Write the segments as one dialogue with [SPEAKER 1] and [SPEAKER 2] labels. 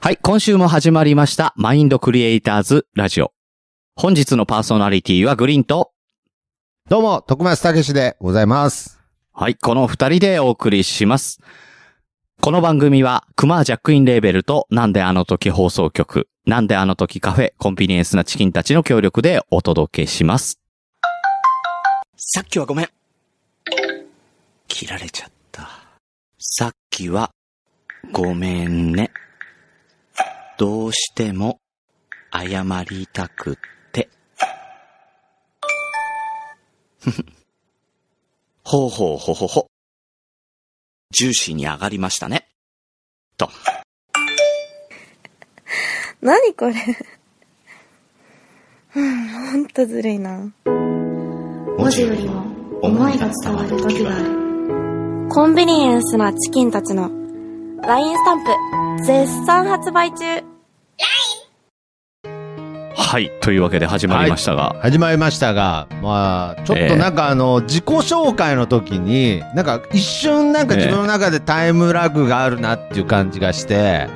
[SPEAKER 1] はい、今週も始まりました、マインドクリエイターズラジオ。本日のパーソナリティはグリーンと、
[SPEAKER 2] どうも、徳松たけしでございます。
[SPEAKER 1] はい、この二人でお送りします。この番組は、クマージャックインレーベルと、なんであの時放送局、なんであの時カフェ、コンビニエンスなチキンたちの協力でお届けします。さっきはごめん。切られちゃった。さっきは、ごめんね。どうしても、謝りたくって。ほうほうほほほ。ジューシーに上がりましたね。と。
[SPEAKER 3] 何これうん、ほんとずるいな。
[SPEAKER 4] 文字よりも思いが伝わる時がある
[SPEAKER 3] コンビニエンスなチキンたちの LINE スタンプ絶賛発売中
[SPEAKER 1] はい。というわけで始まりましたが、
[SPEAKER 2] 始まりましたが、まあ、ちょっとなんかあの、自己紹介の時に、なんか一瞬なんか自分の中でタイムラグがあるなっていう感じがして、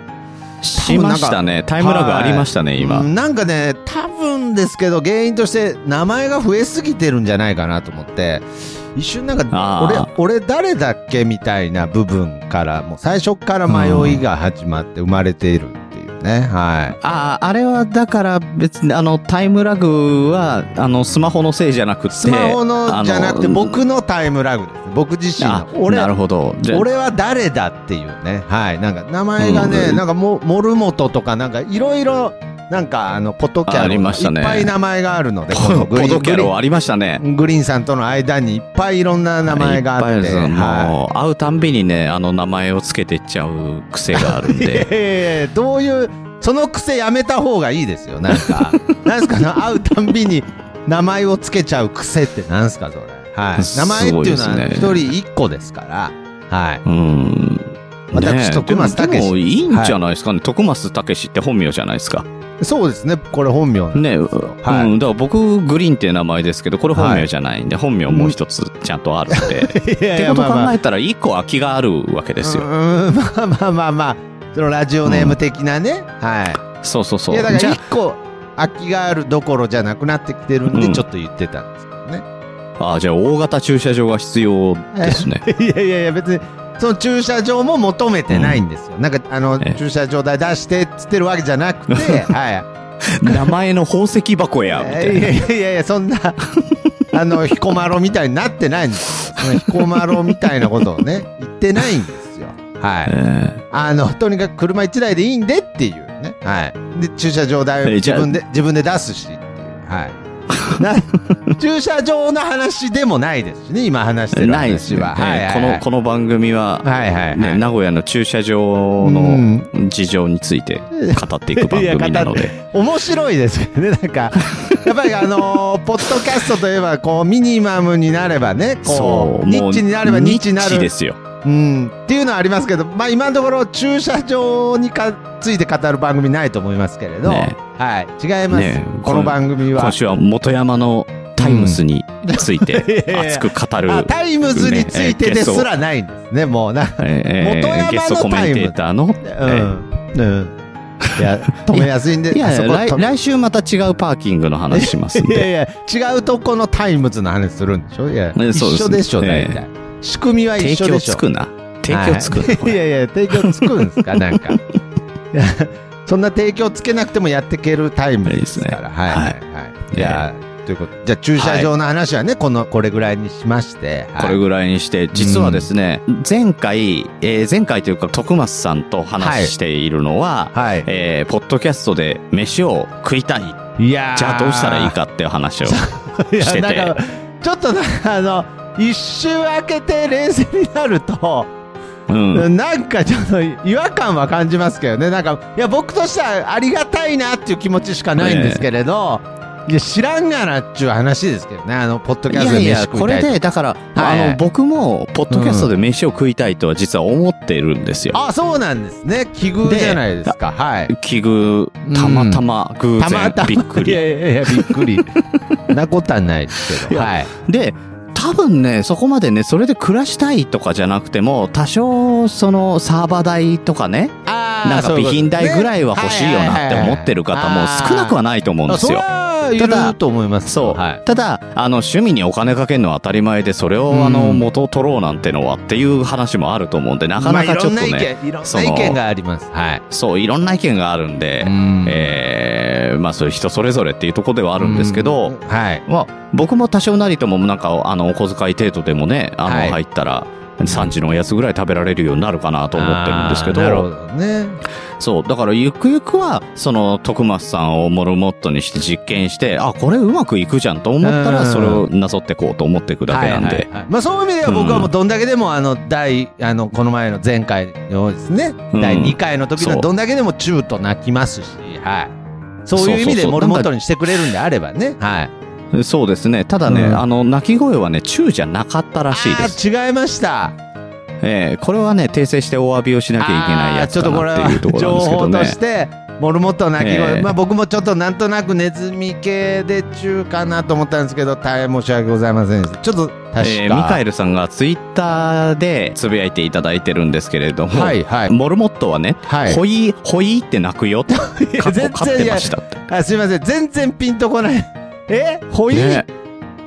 [SPEAKER 1] しましたね。タイムラグありましたね、今。
[SPEAKER 2] うんなんかね、多分ですけど、原因として名前が増えすぎてるんじゃないかなと思って、一瞬なん
[SPEAKER 1] あ
[SPEAKER 2] か、俺、俺誰だっけみたいな部分から、もう最初から迷いが始まって生まれているっていうね、はい。
[SPEAKER 1] ああ、あれはだから別に、あの、タイムラグは、あの、スマホのせいじゃなくて。
[SPEAKER 2] スマホのじゃなくて
[SPEAKER 1] あの
[SPEAKER 2] 僕のタイムラグです僕自身
[SPEAKER 1] あ
[SPEAKER 2] の、俺
[SPEAKER 1] なるほど。じゃあ
[SPEAKER 2] 俺は誰だっていうねはいなんか名前がね、
[SPEAKER 1] うん
[SPEAKER 2] なんかもモルモトとかなんかいろいろなんかあのポトキャ
[SPEAKER 1] あり
[SPEAKER 2] ロ
[SPEAKER 1] ましたね
[SPEAKER 2] いっぱい名前があるのでこの
[SPEAKER 1] ポ
[SPEAKER 2] グリーン
[SPEAKER 1] ドキャ
[SPEAKER 2] グリ
[SPEAKER 1] ロ
[SPEAKER 2] ーン
[SPEAKER 1] ありましたね。
[SPEAKER 2] グリーンさんとの間にいっぱいいろんな名前があって
[SPEAKER 1] いっぱいるんです
[SPEAKER 2] は
[SPEAKER 1] もう、会うたんびにね、あの、名前をつけてっちゃう癖があるん
[SPEAKER 2] い いや
[SPEAKER 1] で。
[SPEAKER 2] いやいやどういうその癖やめた方がいいですよな んかなんですかね会うたんびに名前をつけちゃう癖ってなんですかそれはい
[SPEAKER 1] す
[SPEAKER 2] 名前って
[SPEAKER 1] ごい
[SPEAKER 2] い
[SPEAKER 1] で
[SPEAKER 2] う
[SPEAKER 1] す
[SPEAKER 2] の
[SPEAKER 1] ね
[SPEAKER 2] は一人一個ですからはい
[SPEAKER 1] うん。
[SPEAKER 2] 私
[SPEAKER 1] ねえ
[SPEAKER 2] 徳松
[SPEAKER 1] でも
[SPEAKER 2] 武
[SPEAKER 1] でもいいんじゃ
[SPEAKER 2] は
[SPEAKER 1] ないですかね。徳松武志って本名じゃないですか。
[SPEAKER 2] いそうですねこれ本名なん
[SPEAKER 1] ね、
[SPEAKER 2] ですよはい
[SPEAKER 1] うん、だから僕、グリーンっていう名前ですけど、これ本名じゃないんで、本名もう一つちゃんとあるんで。って
[SPEAKER 2] いやい
[SPEAKER 1] こ
[SPEAKER 2] や
[SPEAKER 1] と
[SPEAKER 2] ま
[SPEAKER 1] を
[SPEAKER 2] あまあ
[SPEAKER 1] 考えたら、一個空きがあるわけです
[SPEAKER 2] う
[SPEAKER 1] よ。
[SPEAKER 2] ーんまあまあまあまあそのラジオネーム的なね、は
[SPEAKER 1] そうそう
[SPEAKER 2] い
[SPEAKER 1] そ。
[SPEAKER 2] いうやだか
[SPEAKER 1] じ
[SPEAKER 2] ら
[SPEAKER 1] ゃ
[SPEAKER 2] 一個空きがあるどころじゃなくなってきてるんで
[SPEAKER 1] うん
[SPEAKER 2] ちょっと言ってたんですけどね、
[SPEAKER 1] あ、あじゃあ大型駐車場が必要ですね。
[SPEAKER 2] いやいやいや別にその駐車場も求めてないんですよ、なんかあの
[SPEAKER 1] ええ
[SPEAKER 2] 駐車場代出してっつってるわけじゃなく ては
[SPEAKER 1] 名前の宝石箱や、
[SPEAKER 2] い
[SPEAKER 1] み
[SPEAKER 2] いや
[SPEAKER 1] たい
[SPEAKER 2] い
[SPEAKER 1] な。
[SPEAKER 2] やいやいやそ んなあの彦摩呂みたいになってないんですよその彦摩呂みたいなことをね 言ってないんですよはい
[SPEAKER 1] え
[SPEAKER 2] あの、とにかく車1台でいいんでっていうね。はい。で、駐車場代を
[SPEAKER 1] えじ
[SPEAKER 2] 自
[SPEAKER 1] ゃあ
[SPEAKER 2] 分で、自分で出すしっていう。 はい。な駐車場の話でもないですしね、今話して
[SPEAKER 1] ー
[SPEAKER 2] る
[SPEAKER 1] ないで
[SPEAKER 2] 話
[SPEAKER 1] すね。
[SPEAKER 2] は。はい
[SPEAKER 1] えー
[SPEAKER 2] は
[SPEAKER 1] こ
[SPEAKER 2] いは
[SPEAKER 1] の、
[SPEAKER 2] い。
[SPEAKER 1] この番組は、
[SPEAKER 2] はいはいはい。
[SPEAKER 1] ね、名古屋の駐車場
[SPEAKER 2] う
[SPEAKER 1] の
[SPEAKER 2] ん
[SPEAKER 1] 事情について語っていく番
[SPEAKER 2] いや
[SPEAKER 1] 組なの
[SPEAKER 2] 語
[SPEAKER 1] で。
[SPEAKER 2] 面白いですけどね、 なんか、やっぱりあの ーポッドキャストといえば、こう、ミニマムになればね、こ、
[SPEAKER 1] そうう。
[SPEAKER 2] ニッチになればニッチにな
[SPEAKER 1] ニッチで
[SPEAKER 2] る、
[SPEAKER 1] すよ。
[SPEAKER 2] うん、っていうのはありますけど、まあ今のところ駐車場にかついて語る番組ないと思いますけれど、
[SPEAKER 1] ね
[SPEAKER 2] はい、違います、
[SPEAKER 1] ね
[SPEAKER 2] この番組は
[SPEAKER 1] 今。週は元山のタイムスについて
[SPEAKER 2] うん
[SPEAKER 1] 熱く語る、
[SPEAKER 2] あタイムズについてですらないんですね、もうな。
[SPEAKER 1] えー
[SPEAKER 2] 元山の
[SPEAKER 1] ゲストコメンテーターの、
[SPEAKER 2] う
[SPEAKER 1] えー
[SPEAKER 2] ん。うん。い や、止めやすいん
[SPEAKER 1] い
[SPEAKER 2] で、
[SPEAKER 1] やい
[SPEAKER 2] あそ
[SPEAKER 1] や
[SPEAKER 2] こ
[SPEAKER 1] 来
[SPEAKER 2] 止め
[SPEAKER 1] 来週また違うパーキングの話しますん
[SPEAKER 2] い
[SPEAKER 1] で。
[SPEAKER 2] やいや、違うとこのタイムズの話するんでしょいや、
[SPEAKER 1] ねそうです
[SPEAKER 2] 一緒でしょ、大体。仕組みは
[SPEAKER 1] 提
[SPEAKER 2] 一緒
[SPEAKER 1] 供
[SPEAKER 2] でしょ
[SPEAKER 1] つ。くな。提供つくな。こ
[SPEAKER 2] はい、い
[SPEAKER 1] れ
[SPEAKER 2] やいや提供つく んですかなんかいやそんな提供つけなくてもやっていけるタイムですからはいはいはいじゃあ、ということでじゃあ駐車場の話はね、このこれぐらいにしまして、はい
[SPEAKER 1] これぐらいにして、実はですね、前回、えー前回というか、徳松さんと話しているのは、
[SPEAKER 2] はい、
[SPEAKER 1] えーポッドキャストで飯を食いたい。
[SPEAKER 2] いやー
[SPEAKER 1] じゃあどうしたらいいかっていう話を。
[SPEAKER 2] いや
[SPEAKER 1] してて
[SPEAKER 2] なんかちょっとなあの一周開けて冷静になると、
[SPEAKER 1] うん。
[SPEAKER 2] なんかちょっと違和感は感じますけどねなんかいや僕としてはありがたいなっていう気持ちしかないんですけれど、いや知らんがなっちゅう話ですけどねあのポッド
[SPEAKER 1] い
[SPEAKER 2] キャスト
[SPEAKER 1] や
[SPEAKER 2] で
[SPEAKER 1] い
[SPEAKER 2] 飯
[SPEAKER 1] や、
[SPEAKER 2] 食い
[SPEAKER 1] こ
[SPEAKER 2] たい
[SPEAKER 1] れ
[SPEAKER 2] と
[SPEAKER 1] で、だから、
[SPEAKER 2] はいはい
[SPEAKER 1] あの、僕も、ポッドキャストで飯を食いたいとは実は思っているんですよ。
[SPEAKER 2] あそうなんですね奇遇じゃないですかはい
[SPEAKER 1] 奇遇、たまたま、偶
[SPEAKER 2] たま
[SPEAKER 1] 然
[SPEAKER 2] た、ま
[SPEAKER 1] びっく
[SPEAKER 2] い
[SPEAKER 1] り。
[SPEAKER 2] やいやいやびっ くりなことはないですけど
[SPEAKER 1] いや
[SPEAKER 2] はい
[SPEAKER 1] で、多分ね、そこまでね、それで暮らしたいとかじゃなくても、多少、その、サーバー代とかね、
[SPEAKER 2] ああー
[SPEAKER 1] なんか
[SPEAKER 2] そうい
[SPEAKER 1] 備
[SPEAKER 2] うこと
[SPEAKER 1] 品代ぐらいは欲しいよなって思ってる方も少なくはないと思うんです
[SPEAKER 2] それ
[SPEAKER 1] よ。
[SPEAKER 2] は、い
[SPEAKER 1] ただ
[SPEAKER 2] ると思います。
[SPEAKER 1] そう。
[SPEAKER 2] はい。
[SPEAKER 1] ただ、あの、趣味にお金かけるのは当たり前で、それ
[SPEAKER 2] うん
[SPEAKER 1] を、あの、元を取ろうなんてのはっていう話もあると思うんで、なかなかちょっと
[SPEAKER 2] まあいろんな
[SPEAKER 1] ね、
[SPEAKER 2] 意見、いろん
[SPEAKER 1] そ
[SPEAKER 2] な
[SPEAKER 1] の
[SPEAKER 2] 意見があります。はい。
[SPEAKER 1] そう、いろんな意見があるんで、
[SPEAKER 2] ん
[SPEAKER 1] えーまあ、それ人それぞれっていうところではあるんですけど、
[SPEAKER 2] うんはい。
[SPEAKER 1] まあ、僕も多少なりとも、なんか、あの、お小遣い程度でもね、あの、
[SPEAKER 2] はい
[SPEAKER 1] 入ったら、3時のおやつぐらい食べられるようになるかなと思ってるんですけど、
[SPEAKER 2] あーなるほどね。
[SPEAKER 1] そう、だからゆくゆくは、その、徳松さんをモルモットにして実験して、あ、これうまくいくじゃんと思った
[SPEAKER 2] う
[SPEAKER 1] ら、
[SPEAKER 2] ん
[SPEAKER 1] それをなぞってこうと思っていくだけなん
[SPEAKER 2] はい
[SPEAKER 1] で
[SPEAKER 2] はい。はいまあそういう意味では僕はもうどんだけでもあの第あのこの前の前回のですね、
[SPEAKER 1] うん
[SPEAKER 2] 第2回の時
[SPEAKER 1] そ
[SPEAKER 2] の
[SPEAKER 1] う
[SPEAKER 2] どんだけでも中と泣きますし、はい。そういう意味でモルモットにしてくれるんであればね、はい。
[SPEAKER 1] そうですね。ただね、
[SPEAKER 2] うん
[SPEAKER 1] あの、鳴き声はね、中じゃなかったらしいです。
[SPEAKER 2] あー違いました。
[SPEAKER 1] ええこれはね、訂正してお詫びをしなきゃいけないや
[SPEAKER 2] あーちょ
[SPEAKER 1] つ
[SPEAKER 2] っ
[SPEAKER 1] か
[SPEAKER 2] とこれ
[SPEAKER 1] なっていうとこ
[SPEAKER 2] は
[SPEAKER 1] ろ
[SPEAKER 2] 情報
[SPEAKER 1] なん
[SPEAKER 2] と
[SPEAKER 1] です
[SPEAKER 2] し
[SPEAKER 1] けどね。
[SPEAKER 2] て、モルモットの鳴き声、
[SPEAKER 1] ええ
[SPEAKER 2] まあ僕もちょっとなんとなくネズミ系で中かなと思ったんですけど、大変申し訳ございませんでした。ちょっと確か、
[SPEAKER 1] えーミカエルさんがツイッターでつぶやいていただいてるんですけれども、
[SPEAKER 2] はいはい
[SPEAKER 1] モルモットはね、
[SPEAKER 2] はい
[SPEAKER 1] ほい、ほいって鳴くよって、
[SPEAKER 2] や
[SPEAKER 1] かっ
[SPEAKER 2] 全然
[SPEAKER 1] こ飼ってましたって。
[SPEAKER 2] あすいません全然ピンとこないえほい、
[SPEAKER 1] ね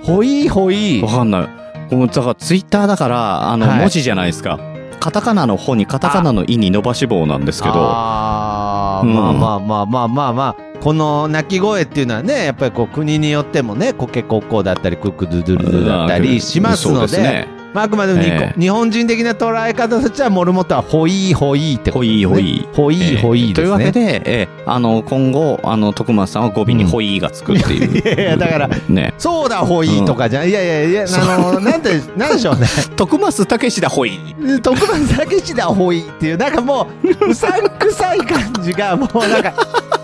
[SPEAKER 2] ほいほい
[SPEAKER 1] わかんない。このだからツイッターだから、あの、
[SPEAKER 2] はい
[SPEAKER 1] 文字じゃないですか。カタカナの方にカタカナの意に伸ばし棒なんですけど、
[SPEAKER 2] あー、
[SPEAKER 1] うん
[SPEAKER 2] まあまあまあまあまあまあこの鳴き声っていうのはねやっぱりこう国によってもねコケコッコーだったりクックドゥドゥルドゥだったりします
[SPEAKER 1] そう
[SPEAKER 2] の
[SPEAKER 1] す
[SPEAKER 2] で
[SPEAKER 1] ね。
[SPEAKER 2] まあ、あくまでも日,、
[SPEAKER 1] ええ
[SPEAKER 2] 日本人的な捉え方としてはモルモットはほいほいってこ
[SPEAKER 1] ほ
[SPEAKER 2] と
[SPEAKER 1] いほい。
[SPEAKER 2] ほ
[SPEAKER 1] え
[SPEAKER 2] い
[SPEAKER 1] ー
[SPEAKER 2] ほい
[SPEAKER 1] と
[SPEAKER 2] で
[SPEAKER 1] いう
[SPEAKER 2] す
[SPEAKER 1] わけ
[SPEAKER 2] ね、
[SPEAKER 1] で、えーあの、今後、あの、徳松さんは語尾に
[SPEAKER 2] うん
[SPEAKER 1] ほいがつくっていう。
[SPEAKER 2] いやいやだから
[SPEAKER 1] ね。
[SPEAKER 2] そうだほいとかじゃ、いやいやいやあのなんてなんでしょうね
[SPEAKER 1] 徳松たけしだほい。
[SPEAKER 2] 徳松たけしだほいっていうなんかもううさんくさい感じがもうなんか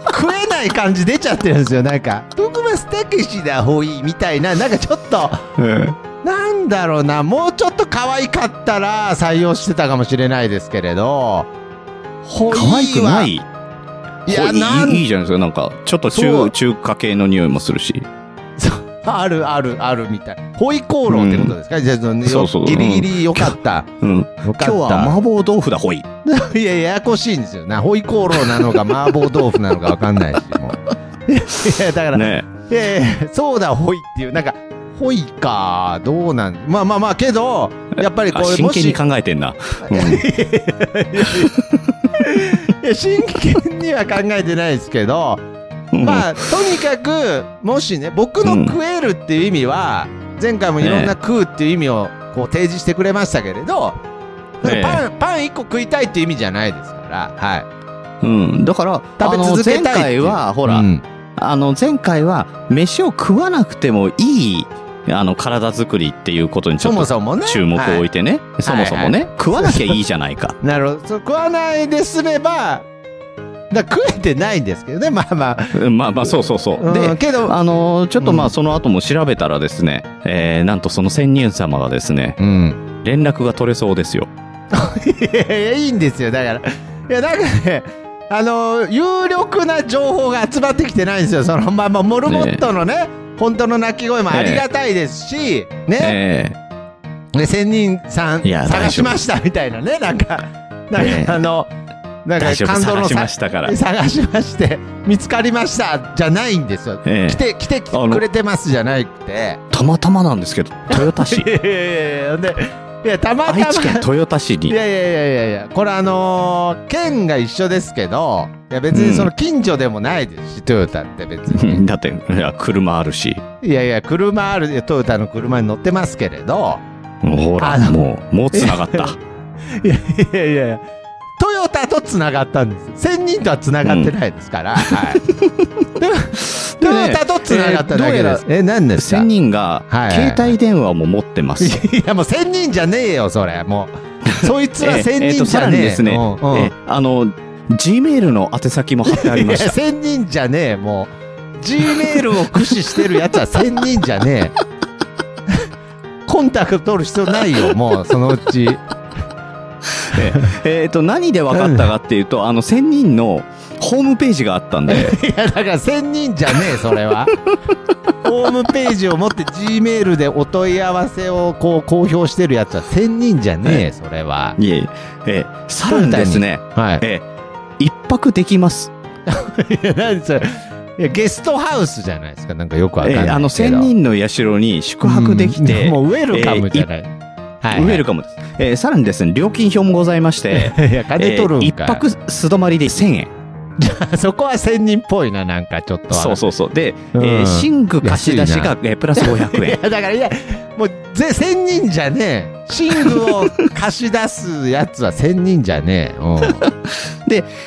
[SPEAKER 2] 食えない感じ出ちゃってるんですよなんか徳松たけしだほいみたいななんかちょっとなんだろうなもうちょっと可愛かったら採用してたかもしれないですけれどほいは
[SPEAKER 1] 可愛くない
[SPEAKER 2] いや
[SPEAKER 1] ほい
[SPEAKER 2] なん
[SPEAKER 1] いいいいじゃないですか。なんか、ちょっと
[SPEAKER 2] そう
[SPEAKER 1] 中、中華系の匂いもするし。
[SPEAKER 2] そうあるあるあるみたいほい口論ってことですか、じゃあその
[SPEAKER 1] そうそう
[SPEAKER 2] ギリギリよかった、
[SPEAKER 1] うん。
[SPEAKER 2] よか
[SPEAKER 1] 今日は
[SPEAKER 2] った
[SPEAKER 1] 麻婆豆腐だほい。
[SPEAKER 2] いや、ややこしいんですよな。ホイコーローなのか、麻婆豆腐なのかわかんないし、もう。 いや、だから、
[SPEAKER 1] ね。
[SPEAKER 2] いやいやそうだ、ホイっていう、なんか、ホイか、どうなん、まあまあまあ、けど、やっぱりこ
[SPEAKER 1] あ
[SPEAKER 2] れ、
[SPEAKER 1] 真
[SPEAKER 2] もし、
[SPEAKER 1] 剣に考えてん な。うん
[SPEAKER 2] いや 真剣には考えてないですけど、
[SPEAKER 1] うん
[SPEAKER 2] まあ、とにかく、もしね、僕の食えるっていう意味は、前回もいろんな食うっていう意味を、こう、提示してくれましたけれど、なんかパン、パン一個食いたいっていう意味じゃないですから、はい。
[SPEAKER 1] うん。だから、
[SPEAKER 2] 食べ続けたいっていう
[SPEAKER 1] あの前回は、ほら、
[SPEAKER 2] うん
[SPEAKER 1] あの、前回は、飯を食わなくてもいい、あの、体作りっていうことにち
[SPEAKER 2] そ
[SPEAKER 1] ょ
[SPEAKER 2] も
[SPEAKER 1] っと
[SPEAKER 2] そもね。
[SPEAKER 1] 注目を置いてね。そもそもね、
[SPEAKER 2] は
[SPEAKER 1] 食わなきゃいいじゃないか。
[SPEAKER 2] なるほど。そう食わないですれば、だ食えてないんですけどね、まあまあ。
[SPEAKER 1] うんまあまあ、そうそうそうう。
[SPEAKER 2] ん
[SPEAKER 1] で、
[SPEAKER 2] けど、
[SPEAKER 1] あの、ちょっとま
[SPEAKER 2] う
[SPEAKER 1] あ、
[SPEAKER 2] ん
[SPEAKER 1] その後も調べたらですね、えー、なんとその仙人様がですね、
[SPEAKER 2] うん。
[SPEAKER 1] 連絡が取れそうですよ。
[SPEAKER 2] いやいや、いいんですよ、だから。いや、だからね、あの、有力な情報が集まってきてないんですよ。その、まあまあ、モルモットのね、本当の鳴き声もありがたいですし、ね、
[SPEAKER 1] ええ
[SPEAKER 2] ね仙人さん
[SPEAKER 1] いや
[SPEAKER 2] 探しましたみたいなね、なんか、なん
[SPEAKER 1] ええ
[SPEAKER 2] か、あの、なんか
[SPEAKER 1] 大丈夫、
[SPEAKER 2] 感動
[SPEAKER 1] 探
[SPEAKER 2] の
[SPEAKER 1] しま
[SPEAKER 2] さ
[SPEAKER 1] したから。
[SPEAKER 2] 探しまして、見つかりました、じゃないんですよ。
[SPEAKER 1] え
[SPEAKER 2] 来
[SPEAKER 1] え
[SPEAKER 2] て、来て
[SPEAKER 1] あの
[SPEAKER 2] くれてますじゃなくて。
[SPEAKER 1] たまたまなんですけど、豊田市
[SPEAKER 2] い。やいやいや、で、いや、たまたま。
[SPEAKER 1] 愛知県豊田市
[SPEAKER 2] い
[SPEAKER 1] に。
[SPEAKER 2] やいやいやいやいや、これあのー県が一緒ですけど、いや別にその近所でもないですし、トヨタって別に。
[SPEAKER 1] だって、いや車あるし。
[SPEAKER 2] いやいや、車ある、いやトヨタの車に乗ってますけれど、
[SPEAKER 1] ほら、
[SPEAKER 2] あの
[SPEAKER 1] もう、もう繋がった。
[SPEAKER 2] いやいやいやいや、トヨタと繋がったんです。1000人とは繋がってないですから、 はい。トヨタと繋がっただけです。え何ですか
[SPEAKER 1] 1000人が
[SPEAKER 2] はいはい
[SPEAKER 1] 携帯電話も持ってます。
[SPEAKER 2] いやもう1000人じゃねえよ、それ。 もう。 そいつは
[SPEAKER 1] ええ
[SPEAKER 2] 1000
[SPEAKER 1] えっと
[SPEAKER 2] 人じ
[SPEAKER 1] さ
[SPEAKER 2] ゃ
[SPEAKER 1] ら
[SPEAKER 2] ね
[SPEAKER 1] に
[SPEAKER 2] え。
[SPEAKER 1] ですね、
[SPEAKER 2] うんうん
[SPEAKER 1] えあの、G メールの宛先も貼ってありま
[SPEAKER 2] い
[SPEAKER 1] し
[SPEAKER 2] や
[SPEAKER 1] た。
[SPEAKER 2] 1000人じゃねえもう G メールを駆使してるやつは1000人じゃねえコンタクト取る必要ないよもうそのうち
[SPEAKER 1] えっと、何で分かったかっていうと、あの、1000人のホームページがあったん で、
[SPEAKER 2] いやだから1000人じゃねえそれはホームページを持って G メールでお問い合わせをこう公表してるやつは1000人じゃねえそれは、
[SPEAKER 1] いえいええ、さらにですね、
[SPEAKER 2] はい
[SPEAKER 1] え、一泊できます。
[SPEAKER 2] いや、何それ。いや、ゲストハウスじゃないですか。なんかよくわかん
[SPEAKER 1] え
[SPEAKER 2] ないけど。
[SPEAKER 1] ーあの、千人の社に宿泊できて、
[SPEAKER 2] うんもうウェルカムじゃない。はい。
[SPEAKER 1] ウェルカムです。えーさらにですね、料金表もございま して、
[SPEAKER 2] ム。いや、金取るんか
[SPEAKER 1] えー
[SPEAKER 2] い。
[SPEAKER 1] 一泊素泊まりで1000円。
[SPEAKER 2] そこは千人っぽいな、なんかちょっとは。
[SPEAKER 1] そうそうそう。で、
[SPEAKER 2] うん
[SPEAKER 1] えー寝具貸し出しが、えープラス500
[SPEAKER 2] いや、
[SPEAKER 1] 円。
[SPEAKER 2] だから、いや、もう、ぜ、千人じゃねえ。寝具を貸し出すやつは千人じゃねえ。う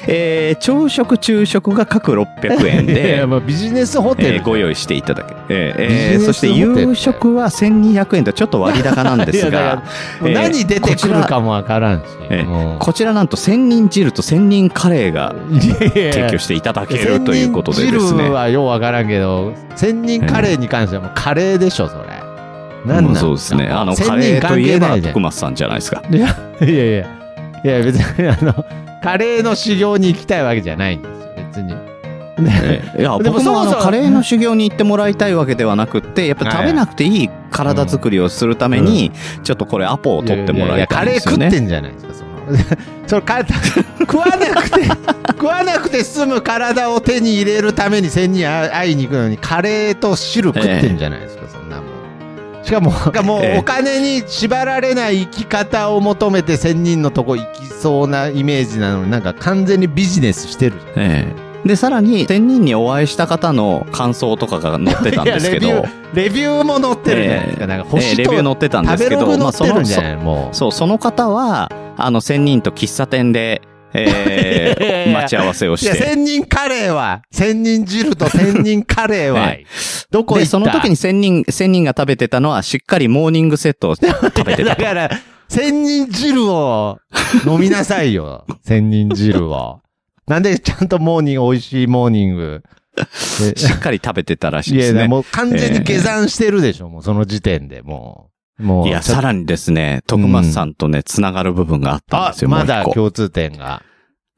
[SPEAKER 1] えー朝食、昼食が各600円
[SPEAKER 2] ん。いやい
[SPEAKER 1] で
[SPEAKER 2] や、、もうビジネスホテル。
[SPEAKER 1] えーご用意していただけ。えーえー
[SPEAKER 2] ビジネス
[SPEAKER 1] そして
[SPEAKER 2] ホテル
[SPEAKER 1] 夕食は1200円とちょっと割高なんです
[SPEAKER 2] いやだ
[SPEAKER 1] が
[SPEAKER 2] か、もう何出てくるかもわからんし。
[SPEAKER 1] えー
[SPEAKER 2] もう
[SPEAKER 1] こちらなんと千人汁と千人カレーが提供
[SPEAKER 2] し
[SPEAKER 1] していただけるということでです
[SPEAKER 2] 汁
[SPEAKER 1] ね。
[SPEAKER 2] はようわからんけど、千人カレーに関してはもうカレーでしょ、それ。なん
[SPEAKER 1] う
[SPEAKER 2] なんん
[SPEAKER 1] そうですね。あの、
[SPEAKER 2] 千
[SPEAKER 1] カレ
[SPEAKER 2] 人
[SPEAKER 1] ーと
[SPEAKER 2] 関
[SPEAKER 1] いえ
[SPEAKER 2] 係な
[SPEAKER 1] ば、
[SPEAKER 2] いじゃん
[SPEAKER 1] 徳。松さんじゃないですか。
[SPEAKER 2] いや、いやいや。いや、別に、あの、カレーの修行に行きたいわけじゃないんですよ、別に。
[SPEAKER 1] え えいや、
[SPEAKER 2] で
[SPEAKER 1] 僕
[SPEAKER 2] も
[SPEAKER 1] もあ
[SPEAKER 2] そも
[SPEAKER 1] の
[SPEAKER 2] そも
[SPEAKER 1] カレーの修行に行ってもらいたいわけではなくって、やっぱ食べなくていい体作りをするために、ちょっとこれアポを取ってもらいたいんですよ
[SPEAKER 2] ややカレー食っ
[SPEAKER 1] ね。
[SPEAKER 2] てんじゃないですか、その。それか食わなくて、食わなくて済む体を手に入れるために仙人あ会いに行くのに、カレーと汁食ってんじゃないですか、そんなもん。しかも、なんかもう
[SPEAKER 1] ええ
[SPEAKER 2] お金に縛られない生き方を求めて仙人のとこ行きそうなイメージなのに、なんか完全にビジネスしてるじゃん。
[SPEAKER 1] ええで、さらに、1000人にお会いした方の感想とかが載ってたんですけど、
[SPEAKER 2] いやレビュー、レビューも載ってるじゃないですか、
[SPEAKER 1] ええ
[SPEAKER 2] なんか
[SPEAKER 1] ええ
[SPEAKER 2] 星と、
[SPEAKER 1] レビュー載ってたんで
[SPEAKER 2] 食
[SPEAKER 1] す
[SPEAKER 2] べ
[SPEAKER 1] け
[SPEAKER 2] ロ
[SPEAKER 1] ど、
[SPEAKER 2] グ
[SPEAKER 1] まあ、
[SPEAKER 2] 載
[SPEAKER 1] そ
[SPEAKER 2] ってるん
[SPEAKER 1] の、
[SPEAKER 2] じ
[SPEAKER 1] そ
[SPEAKER 2] ゃない、もう。
[SPEAKER 1] そう、その方は、あの、1000人と喫茶店で、え
[SPEAKER 2] いやいや
[SPEAKER 1] え
[SPEAKER 2] いや
[SPEAKER 1] 待ち合わせをし
[SPEAKER 2] いや、
[SPEAKER 1] て。
[SPEAKER 2] 千人カレーは、千人汁と千人カレーは
[SPEAKER 1] え、
[SPEAKER 2] どこ行
[SPEAKER 1] で、
[SPEAKER 2] った
[SPEAKER 1] その時に1000人、1000人が食べてたのは、しっかりモーニングセットを食べて
[SPEAKER 2] だ
[SPEAKER 1] たと。
[SPEAKER 2] から、千人汁を飲みなさ いよ。千人汁を。なんでちゃんとモーニング、美味しいモーニング。
[SPEAKER 1] しっかり食べてたらしい
[SPEAKER 2] い
[SPEAKER 1] です
[SPEAKER 2] や、
[SPEAKER 1] ね。
[SPEAKER 2] もう完全に下山してるでしょ、もうその時点でもう。もう。
[SPEAKER 1] いや、
[SPEAKER 2] ちょっ
[SPEAKER 1] さらにですね、徳松さんとね、つながる部分があっ
[SPEAKER 2] と
[SPEAKER 1] たんですよ、もう
[SPEAKER 2] ま
[SPEAKER 1] 一
[SPEAKER 2] だ
[SPEAKER 1] 個。
[SPEAKER 2] 共通点が。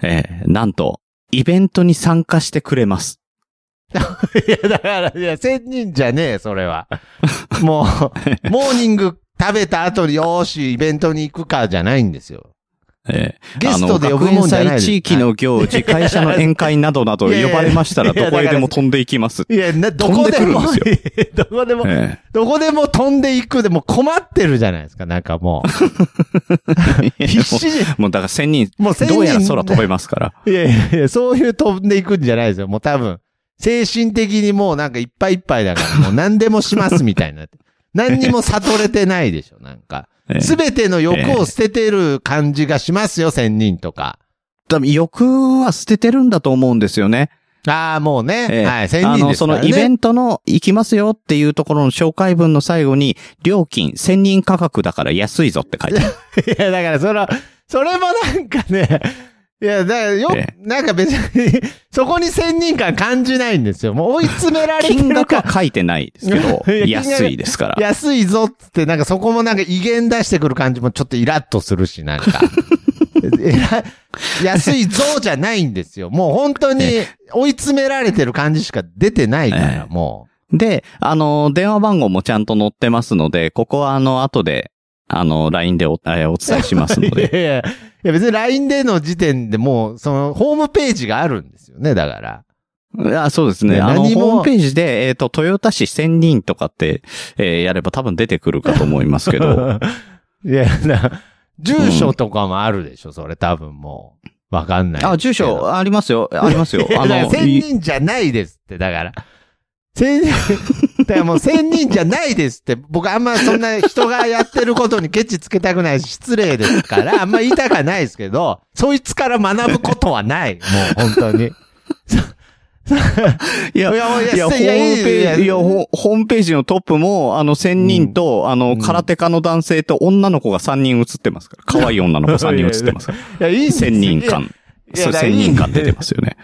[SPEAKER 1] ええなんと、イベントに参加してくれます。
[SPEAKER 2] いや、だから、いや、千人じゃねえ、それは。 もう、モーニング食べた後に、よーし、イベントに行くか、じゃないんですよ。
[SPEAKER 1] ええ
[SPEAKER 2] ゲストで呼ぶ
[SPEAKER 1] あの
[SPEAKER 2] もんじゃない
[SPEAKER 1] 学園
[SPEAKER 2] です
[SPEAKER 1] 祭地域の行事、会社の宴会などなど
[SPEAKER 2] いやい
[SPEAKER 1] 呼
[SPEAKER 2] や
[SPEAKER 1] ばれましたら、
[SPEAKER 2] いや
[SPEAKER 1] どこへでも飛んでいきます。
[SPEAKER 2] いや、な、どこでも、
[SPEAKER 1] 飛ん
[SPEAKER 2] どこでも、
[SPEAKER 1] え
[SPEAKER 2] どこでも飛んでいくでも困ってるじゃないですか、なんかも う。
[SPEAKER 1] え
[SPEAKER 2] 必死に。
[SPEAKER 1] もうだから千人、
[SPEAKER 2] もう千人
[SPEAKER 1] どうやら空飛べますから。
[SPEAKER 2] いやいやいや、そういう飛んでいくんじゃないですよ。もう多分、精神的にもうなんかいっぱいいっぱいだ から、もう何でもしますみたいになって。何にも悟れてないでしょ、なんか。
[SPEAKER 1] ええ
[SPEAKER 2] すべての欲を捨ててる感じがしますよ、千人とか。
[SPEAKER 1] 多分欲は捨ててるんだと思うんですよ ね。
[SPEAKER 2] ああ、もうね。
[SPEAKER 1] ええ
[SPEAKER 2] はい、千
[SPEAKER 1] あ
[SPEAKER 2] 人
[SPEAKER 1] の、
[SPEAKER 2] です
[SPEAKER 1] そ
[SPEAKER 2] から、ね。
[SPEAKER 1] のイベントの行きますよっていうところの紹介文の最後に、料金1000人価格だから安いぞって書いてあ る。
[SPEAKER 2] いや、だから、その、それもなんかね、いや、だからよ、
[SPEAKER 1] え
[SPEAKER 2] なんか別に、そこに先人感感じないんですよ。もう追い詰められて
[SPEAKER 1] 金
[SPEAKER 2] る
[SPEAKER 1] 額
[SPEAKER 2] か、
[SPEAKER 1] は書いてないですけど
[SPEAKER 2] いや金額
[SPEAKER 1] 安いですから。
[SPEAKER 2] 安いぞっつって、なんかそこもなんか威厳出してくる感じもちょっとイラッとするし、なんか。えら安いぞじゃないんですよ。もう本当に追い詰められてる感じしか出てないか
[SPEAKER 1] ええ
[SPEAKER 2] ら、も
[SPEAKER 1] で、あの、電話番号もちゃんと載ってますので、ここはあの、後で、あの、LINE でお,、えーお伝えします
[SPEAKER 2] う。い
[SPEAKER 1] の
[SPEAKER 2] やい
[SPEAKER 1] で。
[SPEAKER 2] やいや、別に LINE での時点でもう、その、ホームページがあるんですよね、だから。
[SPEAKER 1] あそうですね。
[SPEAKER 2] ね
[SPEAKER 1] あの、
[SPEAKER 2] 何も
[SPEAKER 1] ホームページで、えっ、と、豊田市千人とかって、えーやれば多分出てくるかと思いますけ ど。
[SPEAKER 2] いや、な、住所とかもあるでしょ、それ多分もう。わかんない。
[SPEAKER 1] あ、住所ありますよ。ありますよ
[SPEAKER 2] い。や
[SPEAKER 1] あ
[SPEAKER 2] だから
[SPEAKER 1] の、
[SPEAKER 2] 千
[SPEAKER 1] い
[SPEAKER 2] 人じゃないですって、だから。千人、だからもう千人じゃないですって、僕あんまそんな人がやってることにケチつけたくないし、失礼ですから、あんま言いたくはないですけど、そいつから学ぶことはない。もう本当に。
[SPEAKER 1] いや、
[SPEAKER 2] いや
[SPEAKER 1] いや、ホーム
[SPEAKER 2] い
[SPEAKER 1] ペー
[SPEAKER 2] や
[SPEAKER 1] ジ、いや、ほホームページのトップも、あの、仙人と、あの、
[SPEAKER 2] ん
[SPEAKER 1] 空手家の男性と女の子が3人写ってますから。可愛い女の子3人写ってますから。
[SPEAKER 2] いや、いいんです
[SPEAKER 1] 仙人
[SPEAKER 2] い
[SPEAKER 1] 感。
[SPEAKER 2] いや
[SPEAKER 1] そう、
[SPEAKER 2] だか
[SPEAKER 1] 仙
[SPEAKER 2] ら
[SPEAKER 1] 人感出てますよね。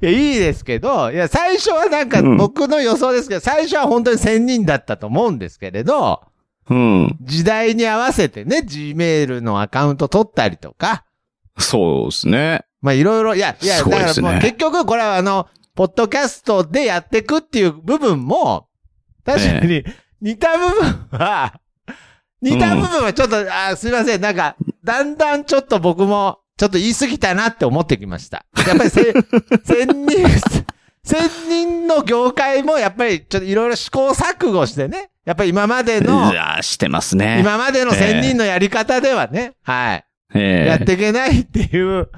[SPEAKER 2] や、いいですけど、いや、最初はなんか
[SPEAKER 1] うん
[SPEAKER 2] 僕の予想ですけど、最初は本当に千人だったと思うんですけれど、
[SPEAKER 1] うん。
[SPEAKER 2] 時代に合わせてね、Gmail のアカウント取ったりとか、
[SPEAKER 1] そうですね。
[SPEAKER 2] まあいろいろ、いや、いや、
[SPEAKER 1] すご
[SPEAKER 2] だ
[SPEAKER 1] い
[SPEAKER 2] か
[SPEAKER 1] で
[SPEAKER 2] ら
[SPEAKER 1] すね
[SPEAKER 2] もう結局これはあの、ポッドキャストでやっていくっていう部分も、確かに似た部分は、似た部分はちょっと、あーすいません、なんか、だんだんちょっと僕もちょっと言い過ぎたなって思ってきました。やっぱりせ、 千人、千人の業界もやっぱりちょっといろいろ試行錯誤してね、やっぱり今まで
[SPEAKER 1] い
[SPEAKER 2] の、
[SPEAKER 1] やー、してますね。
[SPEAKER 2] 今までの千人のやり方ではね、はい、
[SPEAKER 1] ええ
[SPEAKER 2] やっていけないっていう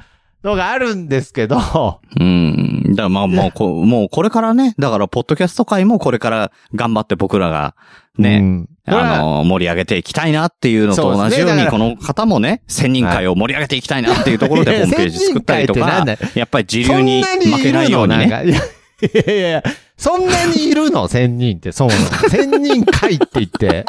[SPEAKER 2] のがあるんですけど、
[SPEAKER 1] うん。だからまあもうこ、 もうこれからね、だから、ポッドキャスト界もこれから頑張って僕らが
[SPEAKER 2] う
[SPEAKER 1] ね、
[SPEAKER 2] ん
[SPEAKER 1] あの、盛り上げていきたいなっていうのと
[SPEAKER 2] そう
[SPEAKER 1] 同
[SPEAKER 2] です
[SPEAKER 1] じ
[SPEAKER 2] ね
[SPEAKER 1] ように、
[SPEAKER 2] だか
[SPEAKER 1] こ
[SPEAKER 2] ら
[SPEAKER 1] の方もね、千人会を盛り上げていきたいなっていうところ
[SPEAKER 2] い
[SPEAKER 1] で ホ
[SPEAKER 2] や
[SPEAKER 1] ームページ作ったりと
[SPEAKER 2] 千人会
[SPEAKER 1] か
[SPEAKER 2] ってなんだよ、
[SPEAKER 1] やっぱり自流に負けないように
[SPEAKER 2] そ
[SPEAKER 1] ね。
[SPEAKER 2] んなにいるの なんかいやいやいや、そんなにいるの千人って、そうなの。千人会って言って。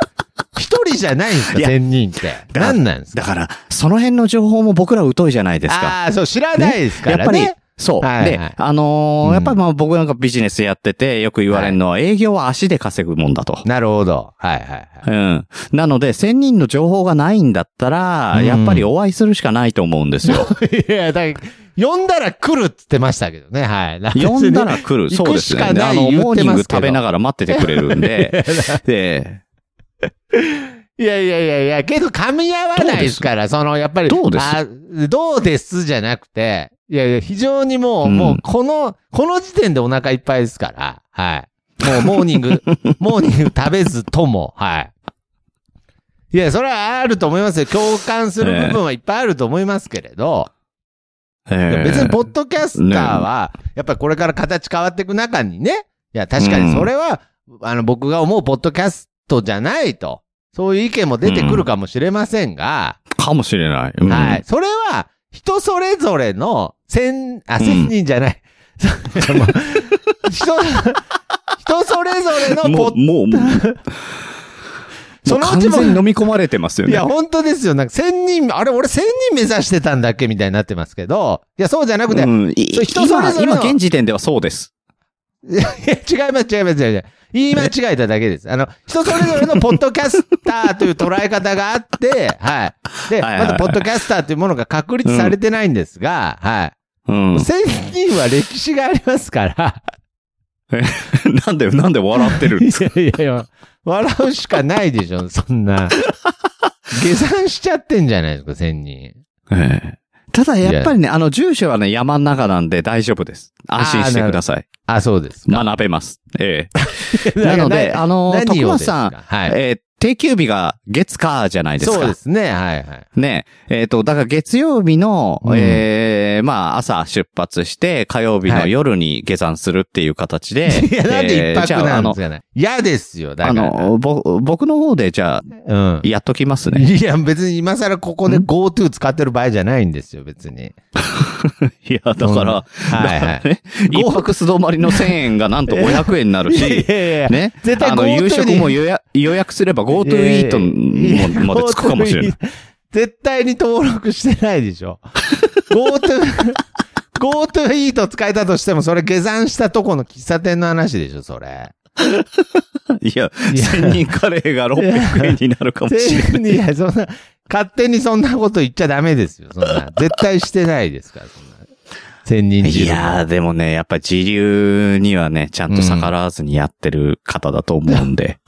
[SPEAKER 2] 一人じゃないんですか
[SPEAKER 1] いや
[SPEAKER 2] 千人って。
[SPEAKER 1] だ
[SPEAKER 2] 何なんですか
[SPEAKER 1] だから、その辺の情報も僕ら疎いじゃないですか。
[SPEAKER 2] ああー、そう、知らないですからね。
[SPEAKER 1] やっぱり、そう。
[SPEAKER 2] はいはい
[SPEAKER 1] で、あのー
[SPEAKER 2] うん
[SPEAKER 1] やっぱりまあ僕なんかビジネスやってて、よく言われるのは、営業は足で稼ぐもんだと。
[SPEAKER 2] なるほど。はいはいはい。
[SPEAKER 1] うん。なので、1000人の情報がないんだったら、
[SPEAKER 2] うん
[SPEAKER 1] やっぱりお会いするしかないと思うんですよ。
[SPEAKER 2] いや、だから呼んだら来るって言ってましたけどね、はい。
[SPEAKER 1] 呼んだら来る。
[SPEAKER 2] 別に
[SPEAKER 1] そうです
[SPEAKER 2] 行く
[SPEAKER 1] ね。
[SPEAKER 2] し
[SPEAKER 1] で
[SPEAKER 2] かな
[SPEAKER 1] あ
[SPEAKER 2] い
[SPEAKER 1] の、
[SPEAKER 2] 言っ
[SPEAKER 1] モー
[SPEAKER 2] て
[SPEAKER 1] ニン
[SPEAKER 2] ま
[SPEAKER 1] グ
[SPEAKER 2] すけど
[SPEAKER 1] 食べながら待っててくれるん で、で、
[SPEAKER 2] いやいやいやいや、けど噛み合わないですから、その、やっぱり、
[SPEAKER 1] どうです
[SPEAKER 2] あどうですじゃなくて、いやいや、非常にもう、
[SPEAKER 1] うん
[SPEAKER 2] もう、この、この時点でお腹いっぱいですから、はい。もう、モーニ ング、モーニング食べずとも、はい。いや、それはあると思いますよ。共感する部分はいっぱいあると思いますけれど、いや別にポッドキャスターは、やっぱりこれから形変わっていく中にね、いや、確かにそれは、あの、僕が思うポッドキャストじゃないと、そういう意見も出てくるかもしれませんが、
[SPEAKER 1] かもしれない。うん
[SPEAKER 2] はい。。それは、人それぞれの、千、あ、千人じゃ ない。もう人、人それぞれのポ
[SPEAKER 1] も
[SPEAKER 2] ッ
[SPEAKER 1] う、もう、もう
[SPEAKER 2] そのう
[SPEAKER 1] 完
[SPEAKER 2] ちも
[SPEAKER 1] 全に飲み込まれてますよ
[SPEAKER 2] い
[SPEAKER 1] ね。
[SPEAKER 2] や、本当ですよ。なんか、千人、あれ、俺千人目指してたんだっけみたいになってますけど、いや、そうじゃなくて、
[SPEAKER 1] うんい
[SPEAKER 2] そう人それぞれの
[SPEAKER 1] 今、今現時点ではそうです。
[SPEAKER 2] い や違います、違います、違います。言い間違えただけです。あの、人それぞれのポッドキャスターという捉え方があって、 はい。で、
[SPEAKER 1] はいはい
[SPEAKER 2] まだポッドキャスターというものが確立されてないんですが、は
[SPEAKER 1] うん
[SPEAKER 2] い。。千人は歴史がありますから、
[SPEAKER 1] なんで、なんで笑 ってるん
[SPEAKER 2] い
[SPEAKER 1] ですか
[SPEAKER 2] やいやいや、笑うしかないでしょ、そ んな。下山しちゃってんじゃないですか、千人。
[SPEAKER 1] ええただ、やっぱりね、あの、住所はね、山の中なんで大丈夫です。安心してください。
[SPEAKER 2] あ、そうです。
[SPEAKER 1] 学べます。ええなので、あの、
[SPEAKER 2] 何を
[SPEAKER 1] 徳間
[SPEAKER 2] ですか
[SPEAKER 1] さん、
[SPEAKER 2] はい
[SPEAKER 1] えー定休日が月火じゃないですか。
[SPEAKER 2] そうですね、はいはい。
[SPEAKER 1] ね。えっ、と、だから月曜日の、
[SPEAKER 2] うん
[SPEAKER 1] ええまあ、朝出発して、火曜日の夜に下山するっていう形で。
[SPEAKER 2] いや、なんで
[SPEAKER 1] え
[SPEAKER 2] 一
[SPEAKER 1] ーじゃ
[SPEAKER 2] 泊
[SPEAKER 1] あ
[SPEAKER 2] な
[SPEAKER 1] あ
[SPEAKER 2] んで
[SPEAKER 1] の
[SPEAKER 2] す、かね。嫌ですよ、だ
[SPEAKER 1] あ
[SPEAKER 2] から。
[SPEAKER 1] の、ぼ、僕の方で、じゃあ、
[SPEAKER 2] うん。
[SPEAKER 1] やっときますね。
[SPEAKER 2] いや、別に今更ここで
[SPEAKER 1] ん
[SPEAKER 2] GoTo 使ってる場合じゃないんですよ、別に。
[SPEAKER 1] いや、だから、
[SPEAKER 2] はいはい
[SPEAKER 1] だからね一泊素泊まりの1000円がなんと500円になるし、
[SPEAKER 2] やいや
[SPEAKER 1] ね。
[SPEAKER 2] 絶対
[SPEAKER 1] あの、
[SPEAKER 2] GoTo
[SPEAKER 1] 夕食
[SPEAKER 2] に
[SPEAKER 1] も予約予約すれば GoTo イートもま でつくかもしれない。。
[SPEAKER 2] 絶対に登録してないでし ょ。GoTo、GoTo イート使えたとしても、それ下山したとこの喫茶店の話でしょ、それ。
[SPEAKER 1] いや、千人カレーが600円になるかもしれない。
[SPEAKER 2] 全然いや、そんな、勝手にそんなこと言っちゃダメですよ、そんな。絶対してないですから、そんな。千人
[SPEAKER 1] い
[SPEAKER 2] 汁。
[SPEAKER 1] やー、でもね、やっぱ自流にはね、ちゃんと逆らわずにやってる方だと思うんで。